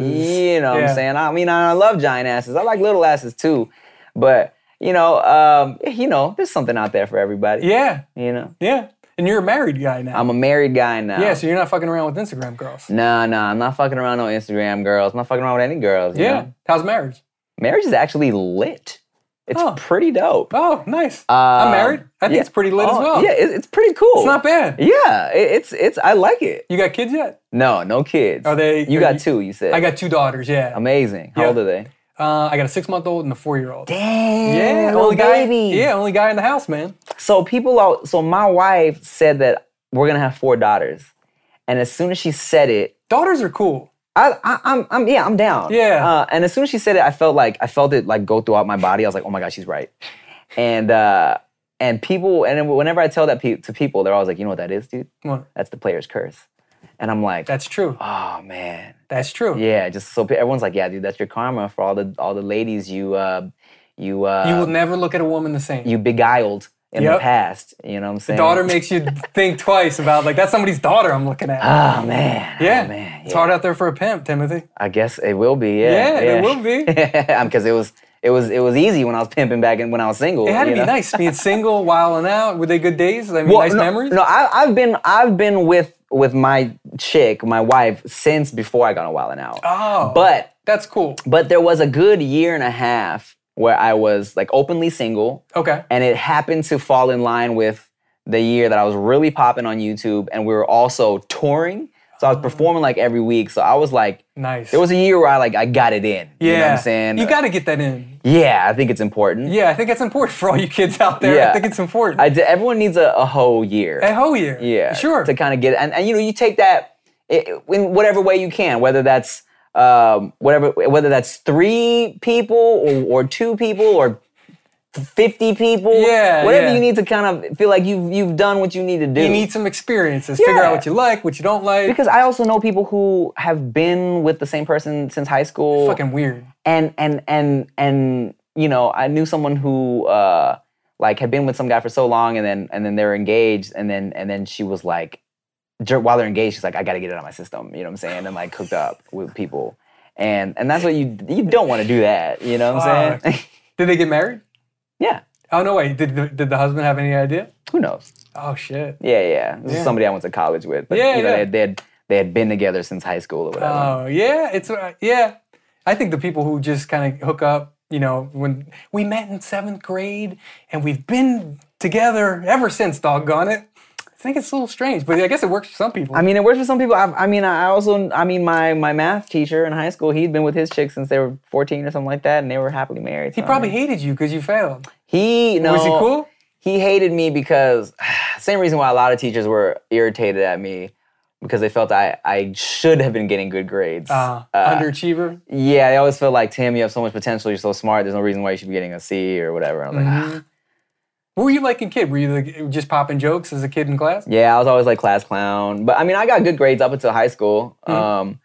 Speaker 1: You know what I'm
Speaker 5: Yeah.
Speaker 1: saying? I mean, I love giant asses. I like little asses too. But, you know, um, you know, there's something out there for everybody.
Speaker 5: Yeah,
Speaker 1: You know.
Speaker 5: yeah. And you're a married guy now.
Speaker 1: I'm a married guy now.
Speaker 5: yeah, so you're not fucking around with Instagram girls.
Speaker 1: Nah, nah, I'm not fucking around on Instagram girls. I'm not fucking around with any girls. you
Speaker 5: Yeah.
Speaker 1: know?
Speaker 5: How's marriage?
Speaker 1: marriage is actually lit. It's
Speaker 5: Oh.
Speaker 1: pretty dope.
Speaker 5: Oh, nice. I'm married. I think
Speaker 1: Um, yeah.
Speaker 5: it's pretty lit
Speaker 1: Uh, Oh,
Speaker 5: as well.
Speaker 1: Yeah, it, it's pretty cool.
Speaker 5: It's not bad.
Speaker 1: Yeah, it, it's it's I like it.
Speaker 5: You got kids yet?
Speaker 1: No, no kids.
Speaker 5: Are they-
Speaker 1: You
Speaker 5: are
Speaker 1: got
Speaker 5: you-
Speaker 1: two. You said.
Speaker 5: I got two daughters, yeah.
Speaker 1: Amazing. How
Speaker 5: Yeah.
Speaker 1: old are they?
Speaker 5: Uh, I got a six month old and a four year old.
Speaker 1: Damn.
Speaker 5: Yeah,
Speaker 1: little
Speaker 5: only guy.
Speaker 1: baby.
Speaker 5: Yeah, only guy in the house, man.
Speaker 1: So people are. So my wife said that we're gonna have four daughters, and as soon as she said it,
Speaker 5: Daughters are cool.
Speaker 1: I, I, I'm, I'm, yeah, I'm down.
Speaker 5: Yeah.
Speaker 1: Uh, and as soon as she said it, I felt like I felt it like go throughout my body. I was like, oh my god, she's right. And uh, and people, and then whenever I tell that pe- to people, they're always like, you know what that is, dude?
Speaker 5: Well,
Speaker 1: That's the player's curse. And I'm like,
Speaker 5: that's true.
Speaker 1: oh man,
Speaker 5: That's true.
Speaker 1: yeah. Just so pe- everyone's like, yeah, dude, that's your karma for all the all the ladies you uh, you uh,
Speaker 5: You will never look at a woman the same.
Speaker 1: you beguiled in the
Speaker 5: Yep.
Speaker 1: past. You know what I'm saying?
Speaker 5: Daughter makes you think twice about like that's somebody's daughter I'm looking at.
Speaker 1: Oh man.
Speaker 5: yeah.
Speaker 1: Oh, man.
Speaker 5: It's
Speaker 1: Yeah.
Speaker 5: hard out there for a pimp, Timothy.
Speaker 1: I guess it will be. Yeah.
Speaker 5: Yeah, it will be.
Speaker 1: Because it was It was it was easy when I was pimping back and when I was single.
Speaker 5: It had to
Speaker 1: you
Speaker 5: be
Speaker 1: know?
Speaker 5: nice being single, wilding out. Were they good days? I mean,
Speaker 1: Well,
Speaker 5: nice
Speaker 1: no,
Speaker 5: memories.
Speaker 1: No, I, I've been I've been with with my chick, my wife, since before I got on Wild and Out.
Speaker 5: Oh,
Speaker 1: But
Speaker 5: that's cool.
Speaker 1: but there was a good year and a half where I was like openly single,
Speaker 5: Okay.
Speaker 1: and it happened to fall in line with the year that I was really popping on YouTube, and we were also touring. So I
Speaker 5: Oh.
Speaker 1: was performing like every week. So I was like,
Speaker 5: Nice.
Speaker 1: there was a year where I like I got it in.
Speaker 5: Yeah.
Speaker 1: You know what I'm saying?
Speaker 5: You got to get that in.
Speaker 1: yeah, I think it's important.
Speaker 5: Yeah, I think it's important for all you kids out there. I
Speaker 1: Yeah.
Speaker 5: think it's important.
Speaker 1: I d- everyone needs a, a whole year.
Speaker 5: a whole year.
Speaker 1: yeah
Speaker 5: Sure.
Speaker 1: to kind of get and, and you know you take that i- in whatever way you can whether that's um, whatever whether that's three people or, or two people or 50 people
Speaker 5: Yeah,
Speaker 1: whatever
Speaker 5: yeah.
Speaker 1: you need to kind of feel like you've you've done what you need to do
Speaker 5: you need some experiences. Figure
Speaker 1: Yeah.
Speaker 5: out what you like, what you don't like.
Speaker 1: because I also know people who have been with the same person since high school
Speaker 5: fucking weird.
Speaker 1: and and and and you know i knew someone who uh like had been with some guy for so long and then and then they were engaged and then and then she was like dur- while they're engaged she's like i gotta get it out of my system you know what i'm saying and like hooked up with people and and that's what you you don't want to do that you know what i'm saying
Speaker 5: Did they get married?
Speaker 1: yeah
Speaker 5: Oh no, wait. Did the, did the husband have any idea?
Speaker 1: who knows
Speaker 5: Oh shit.
Speaker 1: yeah yeah this is somebody i went to college with but
Speaker 5: Yeah,
Speaker 1: you know They,
Speaker 5: yeah.
Speaker 1: had, they had they had been together since high school or whatever
Speaker 5: Oh yeah, it's uh, yeah. I think the people who just kind of hook up, you know, when we met in seventh grade and we've been together ever since. Doggone it. I think it's a little strange, but I guess it works for some people.
Speaker 1: I mean, it works for some people. I've, I mean, I also, I mean, my my math teacher in high school, he'd been with his chick since they were fourteen or something like that, and they were happily married.
Speaker 5: he probably hated you because you failed.
Speaker 1: he no,
Speaker 5: Was he cool?
Speaker 1: He hated me because same reason why a lot of teachers were irritated at me because they felt I I should have been getting good grades.
Speaker 5: Uh, underachiever.
Speaker 1: yeah, they always felt like Tim, you have so much potential, you're so smart. There's no reason why you should be getting a C or whatever. And I was
Speaker 5: Mm-hmm.
Speaker 1: like, "Ah."
Speaker 5: What were you like in kid? Were you like just popping jokes as a kid in class?
Speaker 1: Yeah, I was always like class clown. But I mean, I got good grades up until high school.
Speaker 5: Mm-hmm.
Speaker 1: Um,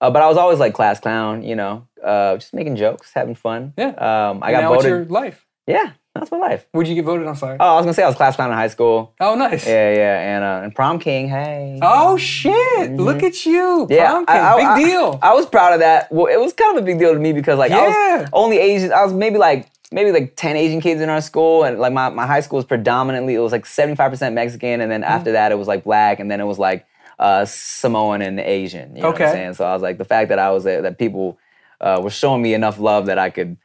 Speaker 1: uh, but I was always like class clown, you know, uh, just making jokes, having fun.
Speaker 5: Yeah.
Speaker 1: Um, I got
Speaker 5: now it's
Speaker 1: voted.
Speaker 5: your life.
Speaker 1: Yeah, that's my life.
Speaker 5: Would you get voted? I'm sorry.
Speaker 1: Oh, I was gonna say I was class clown in high school.
Speaker 5: oh, nice.
Speaker 1: Yeah, yeah, and uh, and prom king. Hey.
Speaker 5: Oh shit! Look at you.
Speaker 1: Mm-hmm. Yeah,
Speaker 5: Prom
Speaker 1: I-
Speaker 5: king.
Speaker 1: I-
Speaker 5: Big
Speaker 1: I-
Speaker 5: deal.
Speaker 1: I was proud of that. Well, it was kind of a big deal to me because like I
Speaker 5: Yeah.
Speaker 1: was only Asian. I was maybe like maybe like ten Asian kids in our school, and like my, my high school was predominantly it was like seventy five percent Mexican, and then
Speaker 5: Mm-hmm.
Speaker 1: after that it was like black, and then it was like uh, Samoan and Asian. You know what
Speaker 5: Okay.
Speaker 1: I'm saying? So I was like the fact that I was a, that people uh, were showing me enough love that I could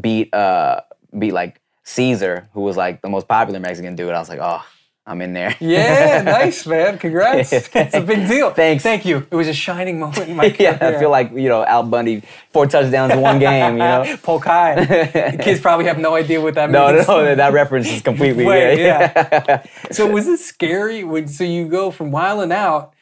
Speaker 1: beat uh, beat like Caesar, who was like the most popular Mexican dude. I was like, oh, I'm in there.
Speaker 5: yeah, nice man. Congrats. it's a big deal.
Speaker 1: Thanks.
Speaker 5: Thank you. It was a shining moment in my career.
Speaker 1: Yeah, I feel like you know Al Bundy, four touchdowns in one game. You know,
Speaker 5: Polk High. The kids probably have no idea what that
Speaker 1: No,
Speaker 5: means.
Speaker 1: no, no, that reference is completely
Speaker 5: Wait,
Speaker 1: yeah, yeah.
Speaker 5: yeah. so was this scary? Would so you go from wilding out,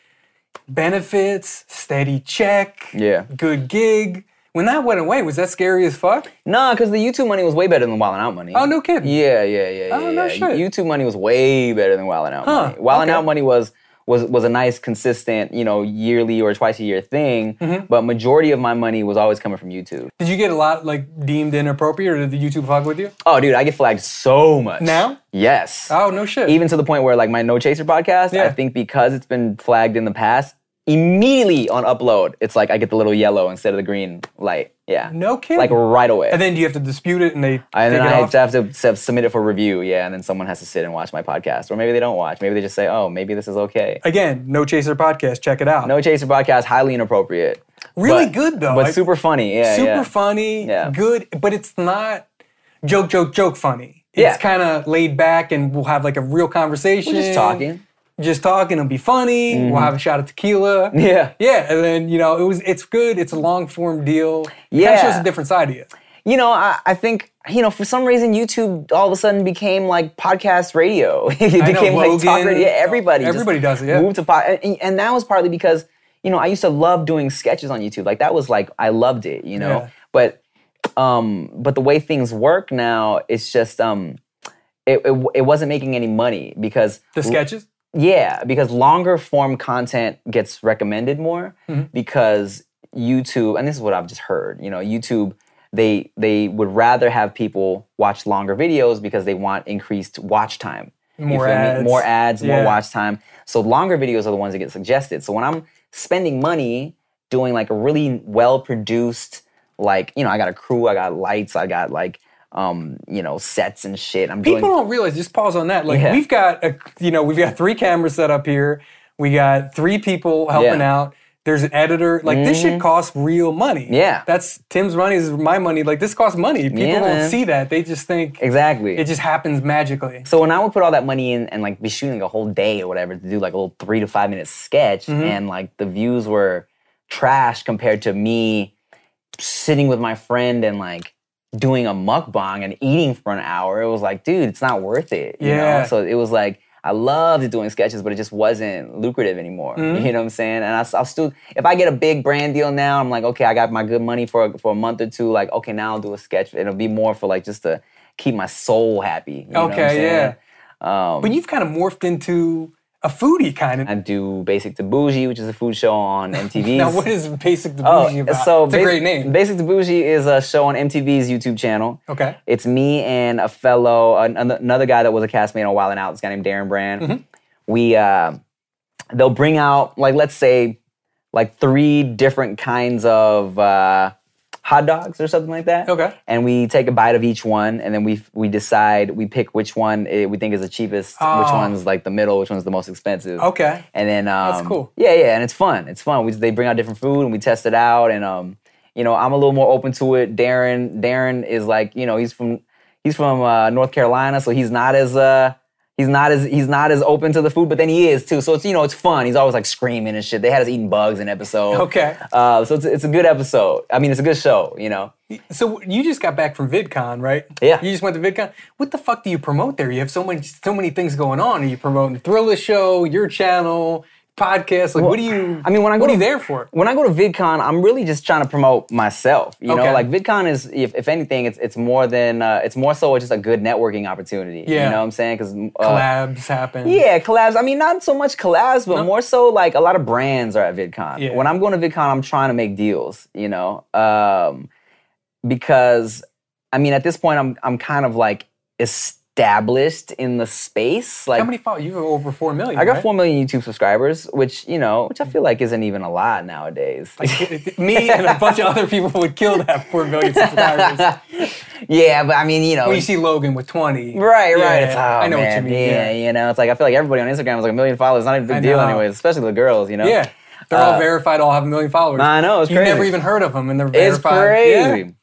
Speaker 5: benefits, steady check,
Speaker 1: Yeah.
Speaker 5: good gig. When that went away, was that scary as fuck?
Speaker 1: Nah, because the YouTube money was way better than Wild 'N Out money.
Speaker 5: Oh, no kidding.
Speaker 1: Yeah, yeah, yeah.
Speaker 5: Oh,
Speaker 1: yeah,
Speaker 5: no
Speaker 1: yeah.
Speaker 5: shit.
Speaker 1: YouTube money was way better than Wild 'N Out
Speaker 5: Huh,
Speaker 1: money. Wild 'N
Speaker 5: okay.
Speaker 1: Out money was was was a nice, consistent, you know, yearly or twice a year thing.
Speaker 5: Mm-hmm.
Speaker 1: But majority of my money was always coming from YouTube.
Speaker 5: Did you get a lot like deemed inappropriate, or did the YouTube fuck with you?
Speaker 1: Oh, dude, I get flagged so much
Speaker 5: Now?
Speaker 1: Yes.
Speaker 5: Oh no shit.
Speaker 1: Even to the point where like my No Chaser podcast,
Speaker 5: Yeah.
Speaker 1: I think because it's been flagged in the past, immediately on upload, it's like I get the little yellow instead of the green light. Yeah.
Speaker 5: No kidding.
Speaker 1: Like right away.
Speaker 5: and then do you have to dispute it, and they
Speaker 1: And
Speaker 5: take
Speaker 1: then
Speaker 5: it
Speaker 1: I
Speaker 5: off?
Speaker 1: have to, have to sub- submit it for review, yeah. And then someone has to sit and watch my podcast, or maybe they don't watch. Maybe they just say, "Oh, maybe this is okay."
Speaker 5: Again, No Chaser podcast. Check it out.
Speaker 1: No Chaser podcast, highly inappropriate,
Speaker 5: really
Speaker 1: But-
Speaker 5: good though.
Speaker 1: but
Speaker 5: Oh, I-
Speaker 1: super funny, yeah,
Speaker 5: super
Speaker 1: yeah.
Speaker 5: funny.
Speaker 1: Yeah.
Speaker 5: Good, but it's not joke, joke, joke funny. It's
Speaker 1: Yeah.
Speaker 5: kind of laid back, and we'll have like a real conversation.
Speaker 1: We're just talking, Mm-hmm.
Speaker 5: Just talking. It'll be funny. We'll have a shot of tequila.
Speaker 1: yeah.
Speaker 5: Yeah, and then you know it was it's good. It's a long form deal. kind
Speaker 1: Yeah.
Speaker 5: of shows a different side of you.
Speaker 1: You know, I, I think you know for some reason YouTube all of a sudden became like podcast radio. it became like talk
Speaker 5: Rogan.
Speaker 1: radio. Yeah, everybody, just
Speaker 5: Everybody does it, yeah.
Speaker 1: Moved to pod, and, and that was partly because you know I used to love doing sketches on YouTube. Like that was like I loved it, you know.
Speaker 5: Yeah.
Speaker 1: But um, but the way things work now, it's just um, it, it it wasn't making any money because
Speaker 5: The sketches.
Speaker 1: yeah, because longer form content gets recommended more
Speaker 5: Mm-hmm.
Speaker 1: because YouTube, and this is what I've just heard, you know, YouTube they they would rather have people watch longer videos because they want increased watch time. You
Speaker 5: More
Speaker 1: feel me?
Speaker 5: ads.
Speaker 1: More ads,
Speaker 5: Yeah.
Speaker 1: more watch time. So longer videos are the ones that get suggested. So when I'm spending money doing like a really well produced like you know I got a crew, I got lights, I got like um you know sets and shit. I'm
Speaker 5: People
Speaker 1: doing
Speaker 5: don't realize. Just pause on that. Like
Speaker 1: Yeah.
Speaker 5: we've got a, you know, we've got three cameras set up here. We got three people helping
Speaker 1: Yeah. Mm-hmm.
Speaker 5: out. There's an editor. Like this shit costs real money.
Speaker 1: Yeah.
Speaker 5: that's Tim's money is my money. Like this costs money. People
Speaker 1: Yeah,
Speaker 5: don't
Speaker 1: man.
Speaker 5: see that. They just think
Speaker 1: exactly.
Speaker 5: it just happens magically.
Speaker 1: So when I would put all that money in and like be shooting like a whole day or whatever to do like a little three to five minute sketch, and like the views were trash compared to me sitting with my friend and like doing a mukbang and eating for an hour, it was like, dude, it's not worth it. You
Speaker 5: Yeah.
Speaker 1: know? So it was like I loved doing sketches, but it just wasn't lucrative anymore. You know what I'm saying? And I, will still, if I get a big brand deal now, I'm like, okay, I got my good money for a, for a month or two. Like, okay, now I'll do a sketch. It'll be more for like just to keep my soul happy. You know what I'm
Speaker 5: Okay,
Speaker 1: saying?
Speaker 5: yeah.
Speaker 1: Um,
Speaker 5: But you've kind of morphed into a foodie kind of.
Speaker 1: I do Basic to Bougie, which is a food show on MTV.
Speaker 5: Now, what is Basic to
Speaker 1: oh,
Speaker 5: Bougie about?
Speaker 1: so
Speaker 5: it's a
Speaker 1: Bas-
Speaker 5: great name.
Speaker 1: Basic to Bougie is a show on MTV's YouTube channel.
Speaker 5: okay.
Speaker 1: It's me and a fellow, an- an- another guy that was a castmate on Wild and Out. This guy named Darren Brand.
Speaker 5: Mm-hmm.
Speaker 1: We, uh, they'll bring out like let's say, like three different kinds of uh, hot dogs or something like that.
Speaker 5: Okay.
Speaker 1: And we take a bite of each one, and then we we decide we pick which one eh, we think is the cheapest, which
Speaker 5: Ah.
Speaker 1: one's like the middle, which one's the most expensive.
Speaker 5: Okay.
Speaker 1: And then um,
Speaker 5: cool.
Speaker 1: Yeah, yeah, and it's fun. It's fun. We, they bring out different food and we test it out. And um, you know, I'm a little more open to it. Darren, Darren is like, you know, he's from he's from uh, North Carolina, so he's not as uh, he's not as he's not as open to the food, but then he is too. So it's you know, it's fun. He's always like screaming and shit. They had us eating bugs in episode.
Speaker 5: Okay.
Speaker 1: Uh, so it's, it's a good episode. I mean, it's a good show. You know.
Speaker 5: So you just got back from VidCon, right?
Speaker 1: Yeah.
Speaker 5: You just went to VidCon. What the fuck do you promote there? You have so many so many things going on. Are you promoting the Thriller Show, your channel, podcast? Like, what do you?
Speaker 1: I mean, when I go
Speaker 5: what
Speaker 1: to,
Speaker 5: are you there for?
Speaker 1: When I go to VidCon, I'm really just trying to promote myself. You
Speaker 5: Okay.
Speaker 1: know, like VidCon is, if, if anything, it's it's more than uh, it's more so just a good networking opportunity.
Speaker 5: Yeah.
Speaker 1: You know what I'm saying? Because
Speaker 5: Collabs happen.
Speaker 1: Uh, yeah, collabs. I mean, not so much collabs, but more so like a lot of brands are at VidCon.
Speaker 5: Yeah.
Speaker 1: When I'm going to VidCon, I'm trying to make deals, you know, um, because I mean, at this point, I'm I'm kind of like established in the space. Like,
Speaker 5: How many followers? You have over four million.
Speaker 1: I got
Speaker 5: right? Mm.
Speaker 1: four million YouTube subscribers, which you know, which I feel like isn't even a lot nowadays.
Speaker 5: Me and a bunch of other people would kill to have four million subscribers.
Speaker 1: yeah, but I mean, you know,
Speaker 5: when you see Logan with twenty.
Speaker 1: right,
Speaker 5: Yeah,
Speaker 1: right. It's, oh,
Speaker 5: I know
Speaker 1: man,
Speaker 5: what you mean.
Speaker 1: Yeah, you know, it's like I feel like everybody on Instagram is like a million followers. It's not even a
Speaker 5: I
Speaker 1: big deal,
Speaker 5: know.
Speaker 1: anyways, especially the girls. You know,
Speaker 5: Yeah. They're all
Speaker 1: Uh,
Speaker 5: verified. All have a million followers.
Speaker 1: I know, it's
Speaker 5: you never
Speaker 1: crazy.
Speaker 5: even heard of them, and they're
Speaker 1: it's
Speaker 5: verified. Yeah.
Speaker 1: crazy.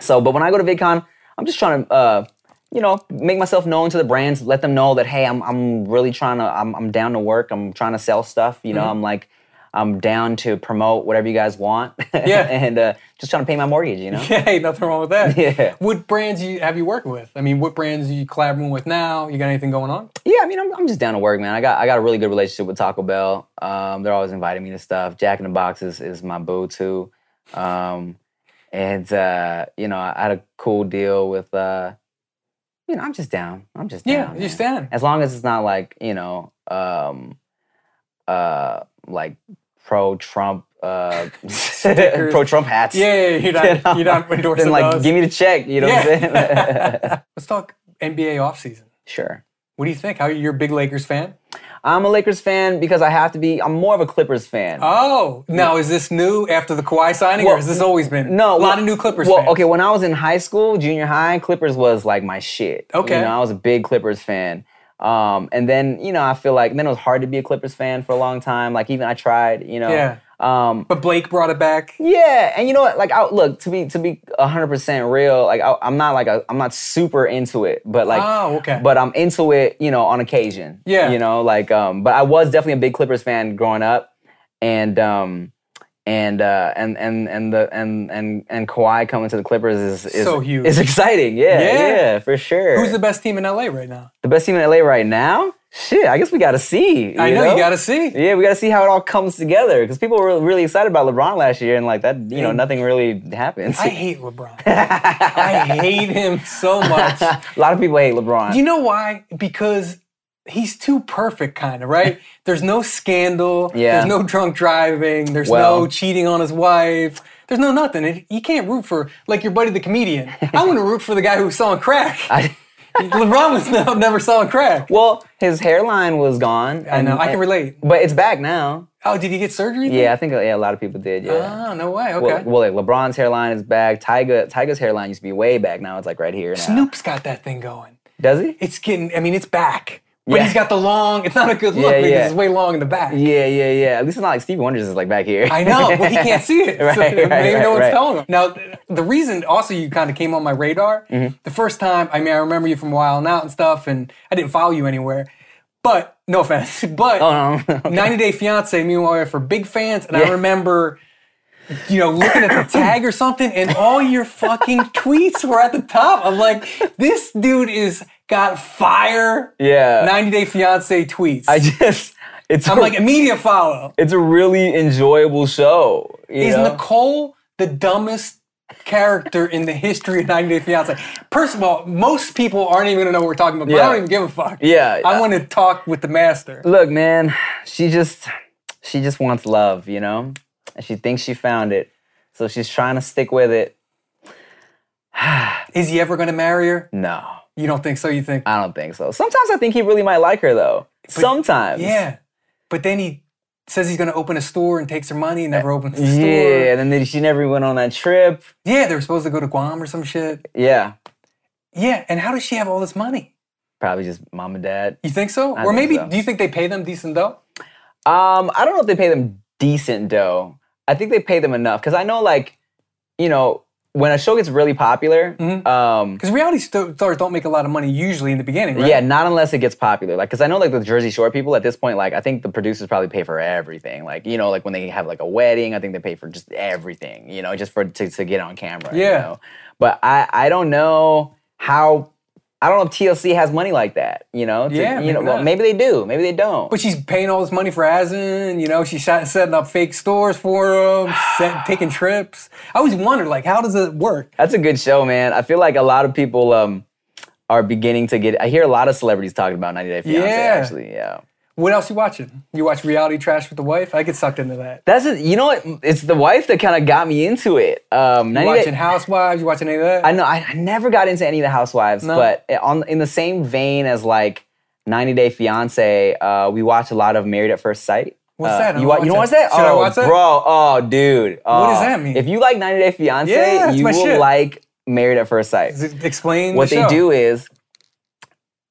Speaker 1: So, but when I go to VidCon, I'm just trying to, uh, you know, make myself known to the brands, let them know that hey, I'm I'm really trying to, I'm I'm down to work, I'm trying to sell stuff. You know,
Speaker 5: Mm-hmm.
Speaker 1: I'm like. I'm down to promote whatever you guys want.
Speaker 5: Yeah.
Speaker 1: and uh, just trying to pay my mortgage, you know?
Speaker 5: Yeah, ain't nothing wrong with that.
Speaker 1: Yeah.
Speaker 5: What brands you have you worked with? I mean, what brands are you collaborating with now? You got anything going on?
Speaker 1: Yeah, I mean, I'm, I'm just down to work, man. I got I got a really good relationship with Taco Bell. Um, they're always inviting me to stuff. Jack in the Box is, is my boo too, um, and uh, you know, I had a cool deal with. Uh, you know, I'm just down. I'm just
Speaker 5: Yeah,
Speaker 1: down.
Speaker 5: you
Speaker 1: man.
Speaker 5: stand.
Speaker 1: As long as it's not like you know, um, uh, like pro Trump, uh, pro Trump hats.
Speaker 5: Yeah, you're not,
Speaker 1: You
Speaker 5: you're
Speaker 1: know?
Speaker 5: not endorsing
Speaker 1: Then like,
Speaker 5: those.
Speaker 1: give me the check. You know what I'm saying?
Speaker 5: Yeah. Let's talk NBA offseason.
Speaker 1: sure.
Speaker 5: What do you think? How you're a big Lakers fan?
Speaker 1: I'm a Lakers fan because I have to be. I'm more of a Clippers fan.
Speaker 5: Oh, now is this new after the Kawhi signing, or
Speaker 1: Well,
Speaker 5: has this always been?
Speaker 1: No,
Speaker 5: a lot
Speaker 1: well-
Speaker 5: of new Clippers.
Speaker 1: Well,
Speaker 5: fans.
Speaker 1: okay, when I was in high school, junior high, Clippers was like my shit.
Speaker 5: Okay.
Speaker 1: you know, I was a big Clippers fan. Um, and then you know, I feel like then it was hard to be a Clippers fan for a long time. Like even I tried, you know.
Speaker 5: Yeah.
Speaker 1: Um,
Speaker 5: but Blake brought it back.
Speaker 1: yeah, and you know what? Like, I, look to be to be hundred percent real. Like, I, I'm not like a, I'm not super into it, but like,
Speaker 5: Oh, okay.
Speaker 1: But I'm into it, you know, on occasion.
Speaker 5: Yeah.
Speaker 1: you know, like, um, but I was definitely a big Clippers fan growing up, and um, and uh, and and and the and and and Kawhi coming to the Clippers is, is
Speaker 5: So huge.
Speaker 1: It's exciting, yeah,
Speaker 5: Yeah.
Speaker 1: yeah, for sure.
Speaker 5: Who's the best team in LA right now?
Speaker 1: the best team in LA right now? Shit, I guess we got to see.
Speaker 5: I know, you got to see.
Speaker 1: Yeah, we got to see how it all comes together because people were really excited about LeBron last year, and like that, you know, nothing really happens.
Speaker 5: I hate LeBron. I hate him so much.
Speaker 1: a lot of people hate LeBron.
Speaker 5: You know why? Because he's too perfect, kind of, right? There's no scandal.
Speaker 1: Yeah.
Speaker 5: There's no drunk driving. There's no
Speaker 1: Well-
Speaker 5: cheating on his wife. There's no nothing. And you can't root for, like, your buddy the comedian. I want to root for the guy who was selling crack. I, LeBron was no, never saw a crack.
Speaker 1: Well, his hairline was gone.
Speaker 5: I know. I can relate.
Speaker 1: But it's back now.
Speaker 5: Oh, did he get surgery?
Speaker 1: Yeah, I think yeah, a lot of people did. Yeah.
Speaker 5: Oh, no way. Okay.
Speaker 1: Well, well, like LeBron's hairline is back. Tyga, Tyga's hairline used to be way back. Now it's like right here. Now.
Speaker 5: Snoop's got that thing going.
Speaker 1: Does he?
Speaker 5: It's getting. I mean, it's back. But
Speaker 1: Yeah.
Speaker 5: he's got the long. It's not a good look
Speaker 1: Yeah,
Speaker 5: because
Speaker 1: yeah.
Speaker 5: it's way long in the back.
Speaker 1: Yeah, yeah, yeah. At least it's not like Stevie Wonder's is like back here.
Speaker 5: I know, but he can't see it.
Speaker 1: Right,
Speaker 5: so
Speaker 1: right,
Speaker 5: maybe
Speaker 1: right,
Speaker 5: no one's
Speaker 1: right.
Speaker 5: telling him. Now, th- the reason also you kind of came on my radar
Speaker 1: Mm-hmm.
Speaker 5: the first time, I mean, I remember you from Wild and Out and stuff, and I didn't follow you anywhere. But no offense, but
Speaker 1: Oh, no.
Speaker 5: 90 Day Fiance, me and my wife are big fans, and I remember. You know, looking at the tag or something, and all your fucking tweets were at the top. I'm like, this dude is got fire.
Speaker 1: Yeah.
Speaker 5: 90 Day Fiance tweets.
Speaker 1: I just it's
Speaker 5: I'm
Speaker 1: a,
Speaker 5: like, immediate follow.
Speaker 1: it's a really enjoyable show. you
Speaker 5: Is
Speaker 1: know?
Speaker 5: Nicole the dumbest character in the history of 90 Day Fiance? First of all, most people aren't even gonna know what we're talking about. But I
Speaker 1: Yeah.
Speaker 5: don't even give a fuck.
Speaker 1: Yeah,
Speaker 5: I
Speaker 1: uh,
Speaker 5: want to talk with the master.
Speaker 1: Look, man, she just she just wants love, you know? And she thinks she found it. So she's trying to stick with it.
Speaker 5: Is he ever gonna marry her?
Speaker 1: No.
Speaker 5: You don't think so? You think?
Speaker 1: I don't think so. Sometimes I think he really might like her though. Sometimes.
Speaker 5: yeah. But then he says he's gonna open a store and takes her money and never opens the store.
Speaker 1: Yeah, and then she never went on that trip.
Speaker 5: Yeah, they were supposed to go to Guam or some shit.
Speaker 1: Yeah.
Speaker 5: Yeah, and how does she have all this money?
Speaker 1: Probably just mom and dad.
Speaker 5: You think so?
Speaker 1: I
Speaker 5: or
Speaker 1: think
Speaker 5: maybe
Speaker 1: so.
Speaker 5: do you think they pay them decent though?
Speaker 1: Um, I don't know if they pay them decent dough. I think they pay them enough because I know, like, you know, when a show gets really popular,
Speaker 5: Mm-hmm.
Speaker 1: um,
Speaker 5: Because reality sto- stars don't make a lot of money usually in the beginning, right?
Speaker 1: yeah, not unless it gets popular. Like, because I know, like, the Jersey Shore people at this point, like, I think the producers probably pay for everything. Like, you know, like when they have like a wedding, I think they pay for just everything. You know, just for to, to get on camera. you
Speaker 5: Yeah.
Speaker 1: know? But I I don't know how. I don't know if TLC has money like that, you know. to-
Speaker 5: Yeah,
Speaker 1: you know,
Speaker 5: maybe
Speaker 1: well,
Speaker 5: not.
Speaker 1: maybe they do, maybe they don't.
Speaker 5: But she's paying all this money for Asin, you know, she's set- setting up fake stores for him, set, taking trips. I always wondered, like, how does it work?
Speaker 1: That's a good show, man. I feel like a lot of people um are beginning to get. I hear a lot of celebrities talking about 90 Day Fiance.
Speaker 5: Yeah.
Speaker 1: Actually, yeah.
Speaker 5: What else you watching? You watch reality trash with the wife? I get sucked into that.
Speaker 1: That's it. You know what? It's the wife that kind of got me into it. Um, 90
Speaker 5: You
Speaker 1: Day-
Speaker 5: watching Housewives? You watching any of that?
Speaker 1: I know I, I never got into any of the Housewives, but on in the same vein as like 90 Day Fiance, uh, we watch a lot of Married at First Sight.
Speaker 5: What's
Speaker 1: Uh,
Speaker 5: that? I
Speaker 1: You,
Speaker 5: don't
Speaker 1: wa- you
Speaker 5: watch
Speaker 1: know
Speaker 5: it.
Speaker 1: what's that?
Speaker 5: Should I
Speaker 1: oh,
Speaker 5: watch that?
Speaker 1: bro! Oh, dude!
Speaker 5: What does
Speaker 1: Oh.
Speaker 5: that mean?
Speaker 1: If you like 90 Day Fiance,
Speaker 5: Yeah, that's
Speaker 1: you
Speaker 5: my
Speaker 1: will
Speaker 5: shit.
Speaker 1: like Married at First Sight.
Speaker 5: Z- Explain
Speaker 1: what
Speaker 5: the
Speaker 1: they
Speaker 5: show.
Speaker 1: do is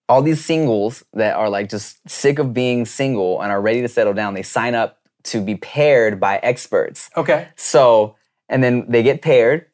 Speaker 1: all these singles that are like just sick of being single and are ready to settle down they sign up to be paired by experts
Speaker 5: Okay.
Speaker 1: so and then they get paired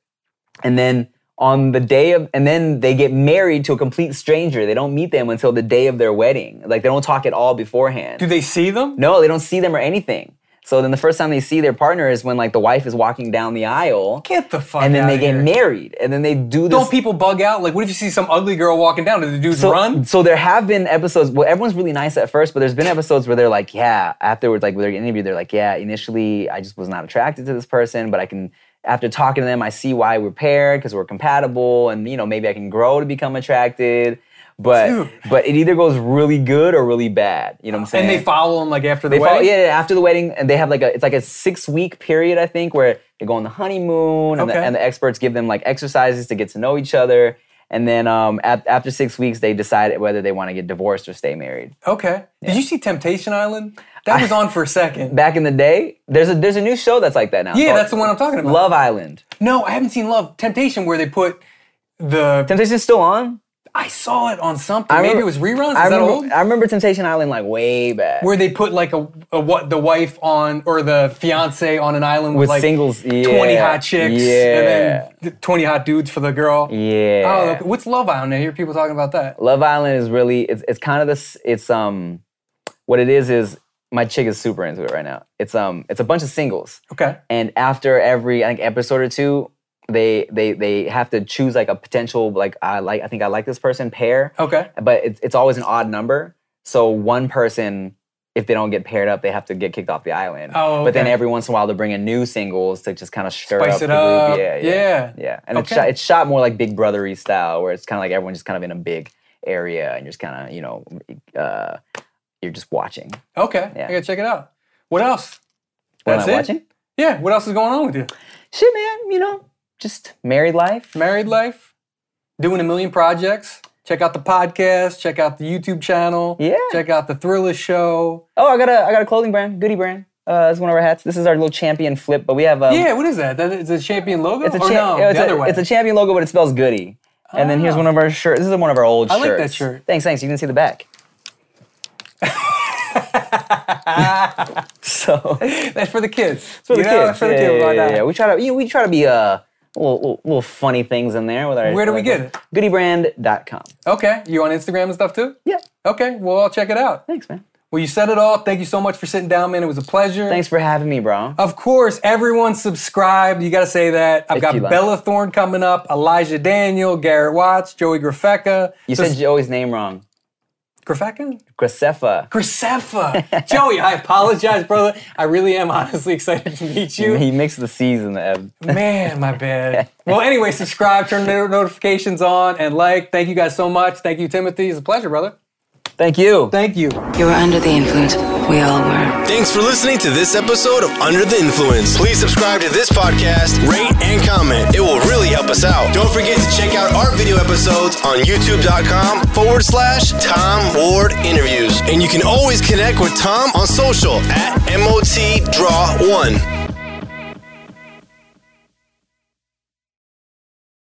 Speaker 1: and then on the day of and then they get married to a complete stranger they don't meet them until the day of their wedding like they don't talk at all beforehand
Speaker 5: Do they see them?
Speaker 1: no they don't see them or anything so then the first time they see their partner is when like the wife is walking down the aisle
Speaker 5: Get the fuck
Speaker 1: and then
Speaker 5: outta
Speaker 1: they get
Speaker 5: here.
Speaker 1: married and then they do this
Speaker 5: Don't people bug out? Like, what if you see some ugly girl walking down? Do the dudes
Speaker 1: so,
Speaker 5: run?
Speaker 1: So there have been episodes. Well, everyone's really nice at first, but there's been episodes where they're like, "Yeah." Afterwards, like with their interview, they're like, "Yeah." Initially, I just was not attracted to this person, but I can. After talking to them, I see why we're paired because we're compatible, and you know maybe I can grow to become attracted. But
Speaker 5: Dude.
Speaker 1: but it either goes really good or really bad. You know what I'm saying?
Speaker 5: And they follow them, like, after the
Speaker 1: They
Speaker 5: wedding?
Speaker 1: follow, yeah, yeah, after the wedding, and they have like a it's like a six week period, I think, where they go on the honeymoon, and, the,
Speaker 5: Okay.
Speaker 1: and the experts give them like exercises to get to know each other, and then um, ap- after six weeks, they decide whether they want to get divorced or stay married.
Speaker 5: Okay. Did you see Temptation Island? That was on for a second.
Speaker 1: Back in the day, there's a there's a new show that's like that now. It's
Speaker 5: Yeah,
Speaker 1: called
Speaker 5: that's the one I'm talking about.
Speaker 1: Love Island.
Speaker 5: No, I haven't seen Love Temptation where they put the
Speaker 1: Temptation's still on.
Speaker 5: I saw it on something.
Speaker 1: I
Speaker 5: Maybe
Speaker 1: remember-
Speaker 5: it was reruns. Is
Speaker 1: I
Speaker 5: that
Speaker 1: remember
Speaker 5: old?
Speaker 1: I remember Temptation Island like way back
Speaker 5: Where they put like a, a what the wife on or the fiance on an island with,
Speaker 1: with
Speaker 5: like
Speaker 1: singles. Yeah,
Speaker 5: twenty hot chicks and
Speaker 1: Yeah,
Speaker 5: then th- twenty hot dudes for the girl.
Speaker 1: yeah.
Speaker 5: Oh, okay. what's Love Island? I hear people talking about that.
Speaker 1: Love Island is really it's it's kind of this it's um what it is is my chick is super into it right now. It's um it's a bunch of singles
Speaker 5: Okay.
Speaker 1: and after every I think episode or two they they they have to choose like a potential like I like I think I like this person pair
Speaker 5: Okay.
Speaker 1: but it's it's always an odd number so one person if they don't get paired up they have to get kicked off the island
Speaker 5: Oh,
Speaker 1: but then
Speaker 5: okay.
Speaker 1: every once in a while they bring in new singles to just kind of stir
Speaker 5: Spice
Speaker 1: up
Speaker 5: it
Speaker 1: the
Speaker 5: up.
Speaker 1: group yeah yeah
Speaker 5: Yeah.
Speaker 1: yeah, and it's,
Speaker 5: Okay.
Speaker 1: shot, it's shot more like Big Brothery style, where it's kind of like everyone's just kind of in a big area and you're just kind of, you know, uh, you're just watching.
Speaker 5: Okay.
Speaker 1: Yeah.
Speaker 5: I gotta check it out. What else?
Speaker 1: What am
Speaker 5: That's
Speaker 1: I
Speaker 5: it?
Speaker 1: watching?
Speaker 5: Yeah. What else is going on with you?
Speaker 1: Shit, man, you know, just married life.
Speaker 5: Married life, doing a million projects. Check out the podcast. Check out the YouTube channel.
Speaker 1: Yeah.
Speaker 5: Check out the Thriller Show.
Speaker 1: Oh, I got a I got a clothing brand, Goody brand. Uh, that's one of our hats. This is our little champion flip, but we have um,
Speaker 5: Yeah, what is that? That is a champion logo?
Speaker 1: It's a,
Speaker 5: or
Speaker 1: cha-
Speaker 5: no,
Speaker 1: it's,
Speaker 5: the
Speaker 1: a,
Speaker 5: other way.
Speaker 1: it's a champion logo, but it spells Goody. And then here's one of our shirts. This is one of our old
Speaker 5: I
Speaker 1: shirts.
Speaker 5: like that shirt.
Speaker 1: Thanks, thanks. You can see the back. so
Speaker 5: That's
Speaker 1: for
Speaker 5: for the kids. That's
Speaker 1: the kids.
Speaker 5: That's for the
Speaker 1: yeah,
Speaker 5: kids.
Speaker 1: yeah,
Speaker 5: Why
Speaker 1: yeah,
Speaker 5: not?
Speaker 1: yeah. We try to you know, we try to be uh little, little, little funny things in there with our.
Speaker 5: Where do we
Speaker 1: with
Speaker 5: get
Speaker 1: our-
Speaker 5: it?
Speaker 1: Goodybrand.com.
Speaker 5: Okay. You on Instagram and stuff too?
Speaker 1: Yeah.
Speaker 5: Okay. Well, I'll check it out.
Speaker 1: Thanks, man.
Speaker 5: Well, you said it all. Thank you so much for sitting down, man. It was a pleasure.
Speaker 1: Thanks for having me, bro.
Speaker 5: Of course, everyone subscribe. You got to say that. I've
Speaker 1: If
Speaker 5: got
Speaker 1: you like.
Speaker 5: Bella Thorne coming up, Elijah Daniel, Garrett Watts, Joey Grafeka.
Speaker 1: you said Joey's name wrong.
Speaker 5: Grafeka?
Speaker 1: Graceffa.
Speaker 5: Grisefa. Joey, I apologize, brother. I really am honestly excited to meet you.
Speaker 1: He mixed the C's and the F.
Speaker 5: Man, my bad. Well, anyway, subscribe, turn the notifications on, and like. Thank you guys so much. Thank you, Timothy. It's a pleasure, brother.
Speaker 1: Thank you.
Speaker 5: Thank you.
Speaker 6: You were under the influence. We all were.
Speaker 3: Thanks for listening to this episode of Under the Influence. Please subscribe to this podcast, rate, and comment. It will really help us out. Don't forget to check out our video episodes on youtube.com forward slash Tom Ward Interviews. And you can always connect with Tom on social at MOT Draw One.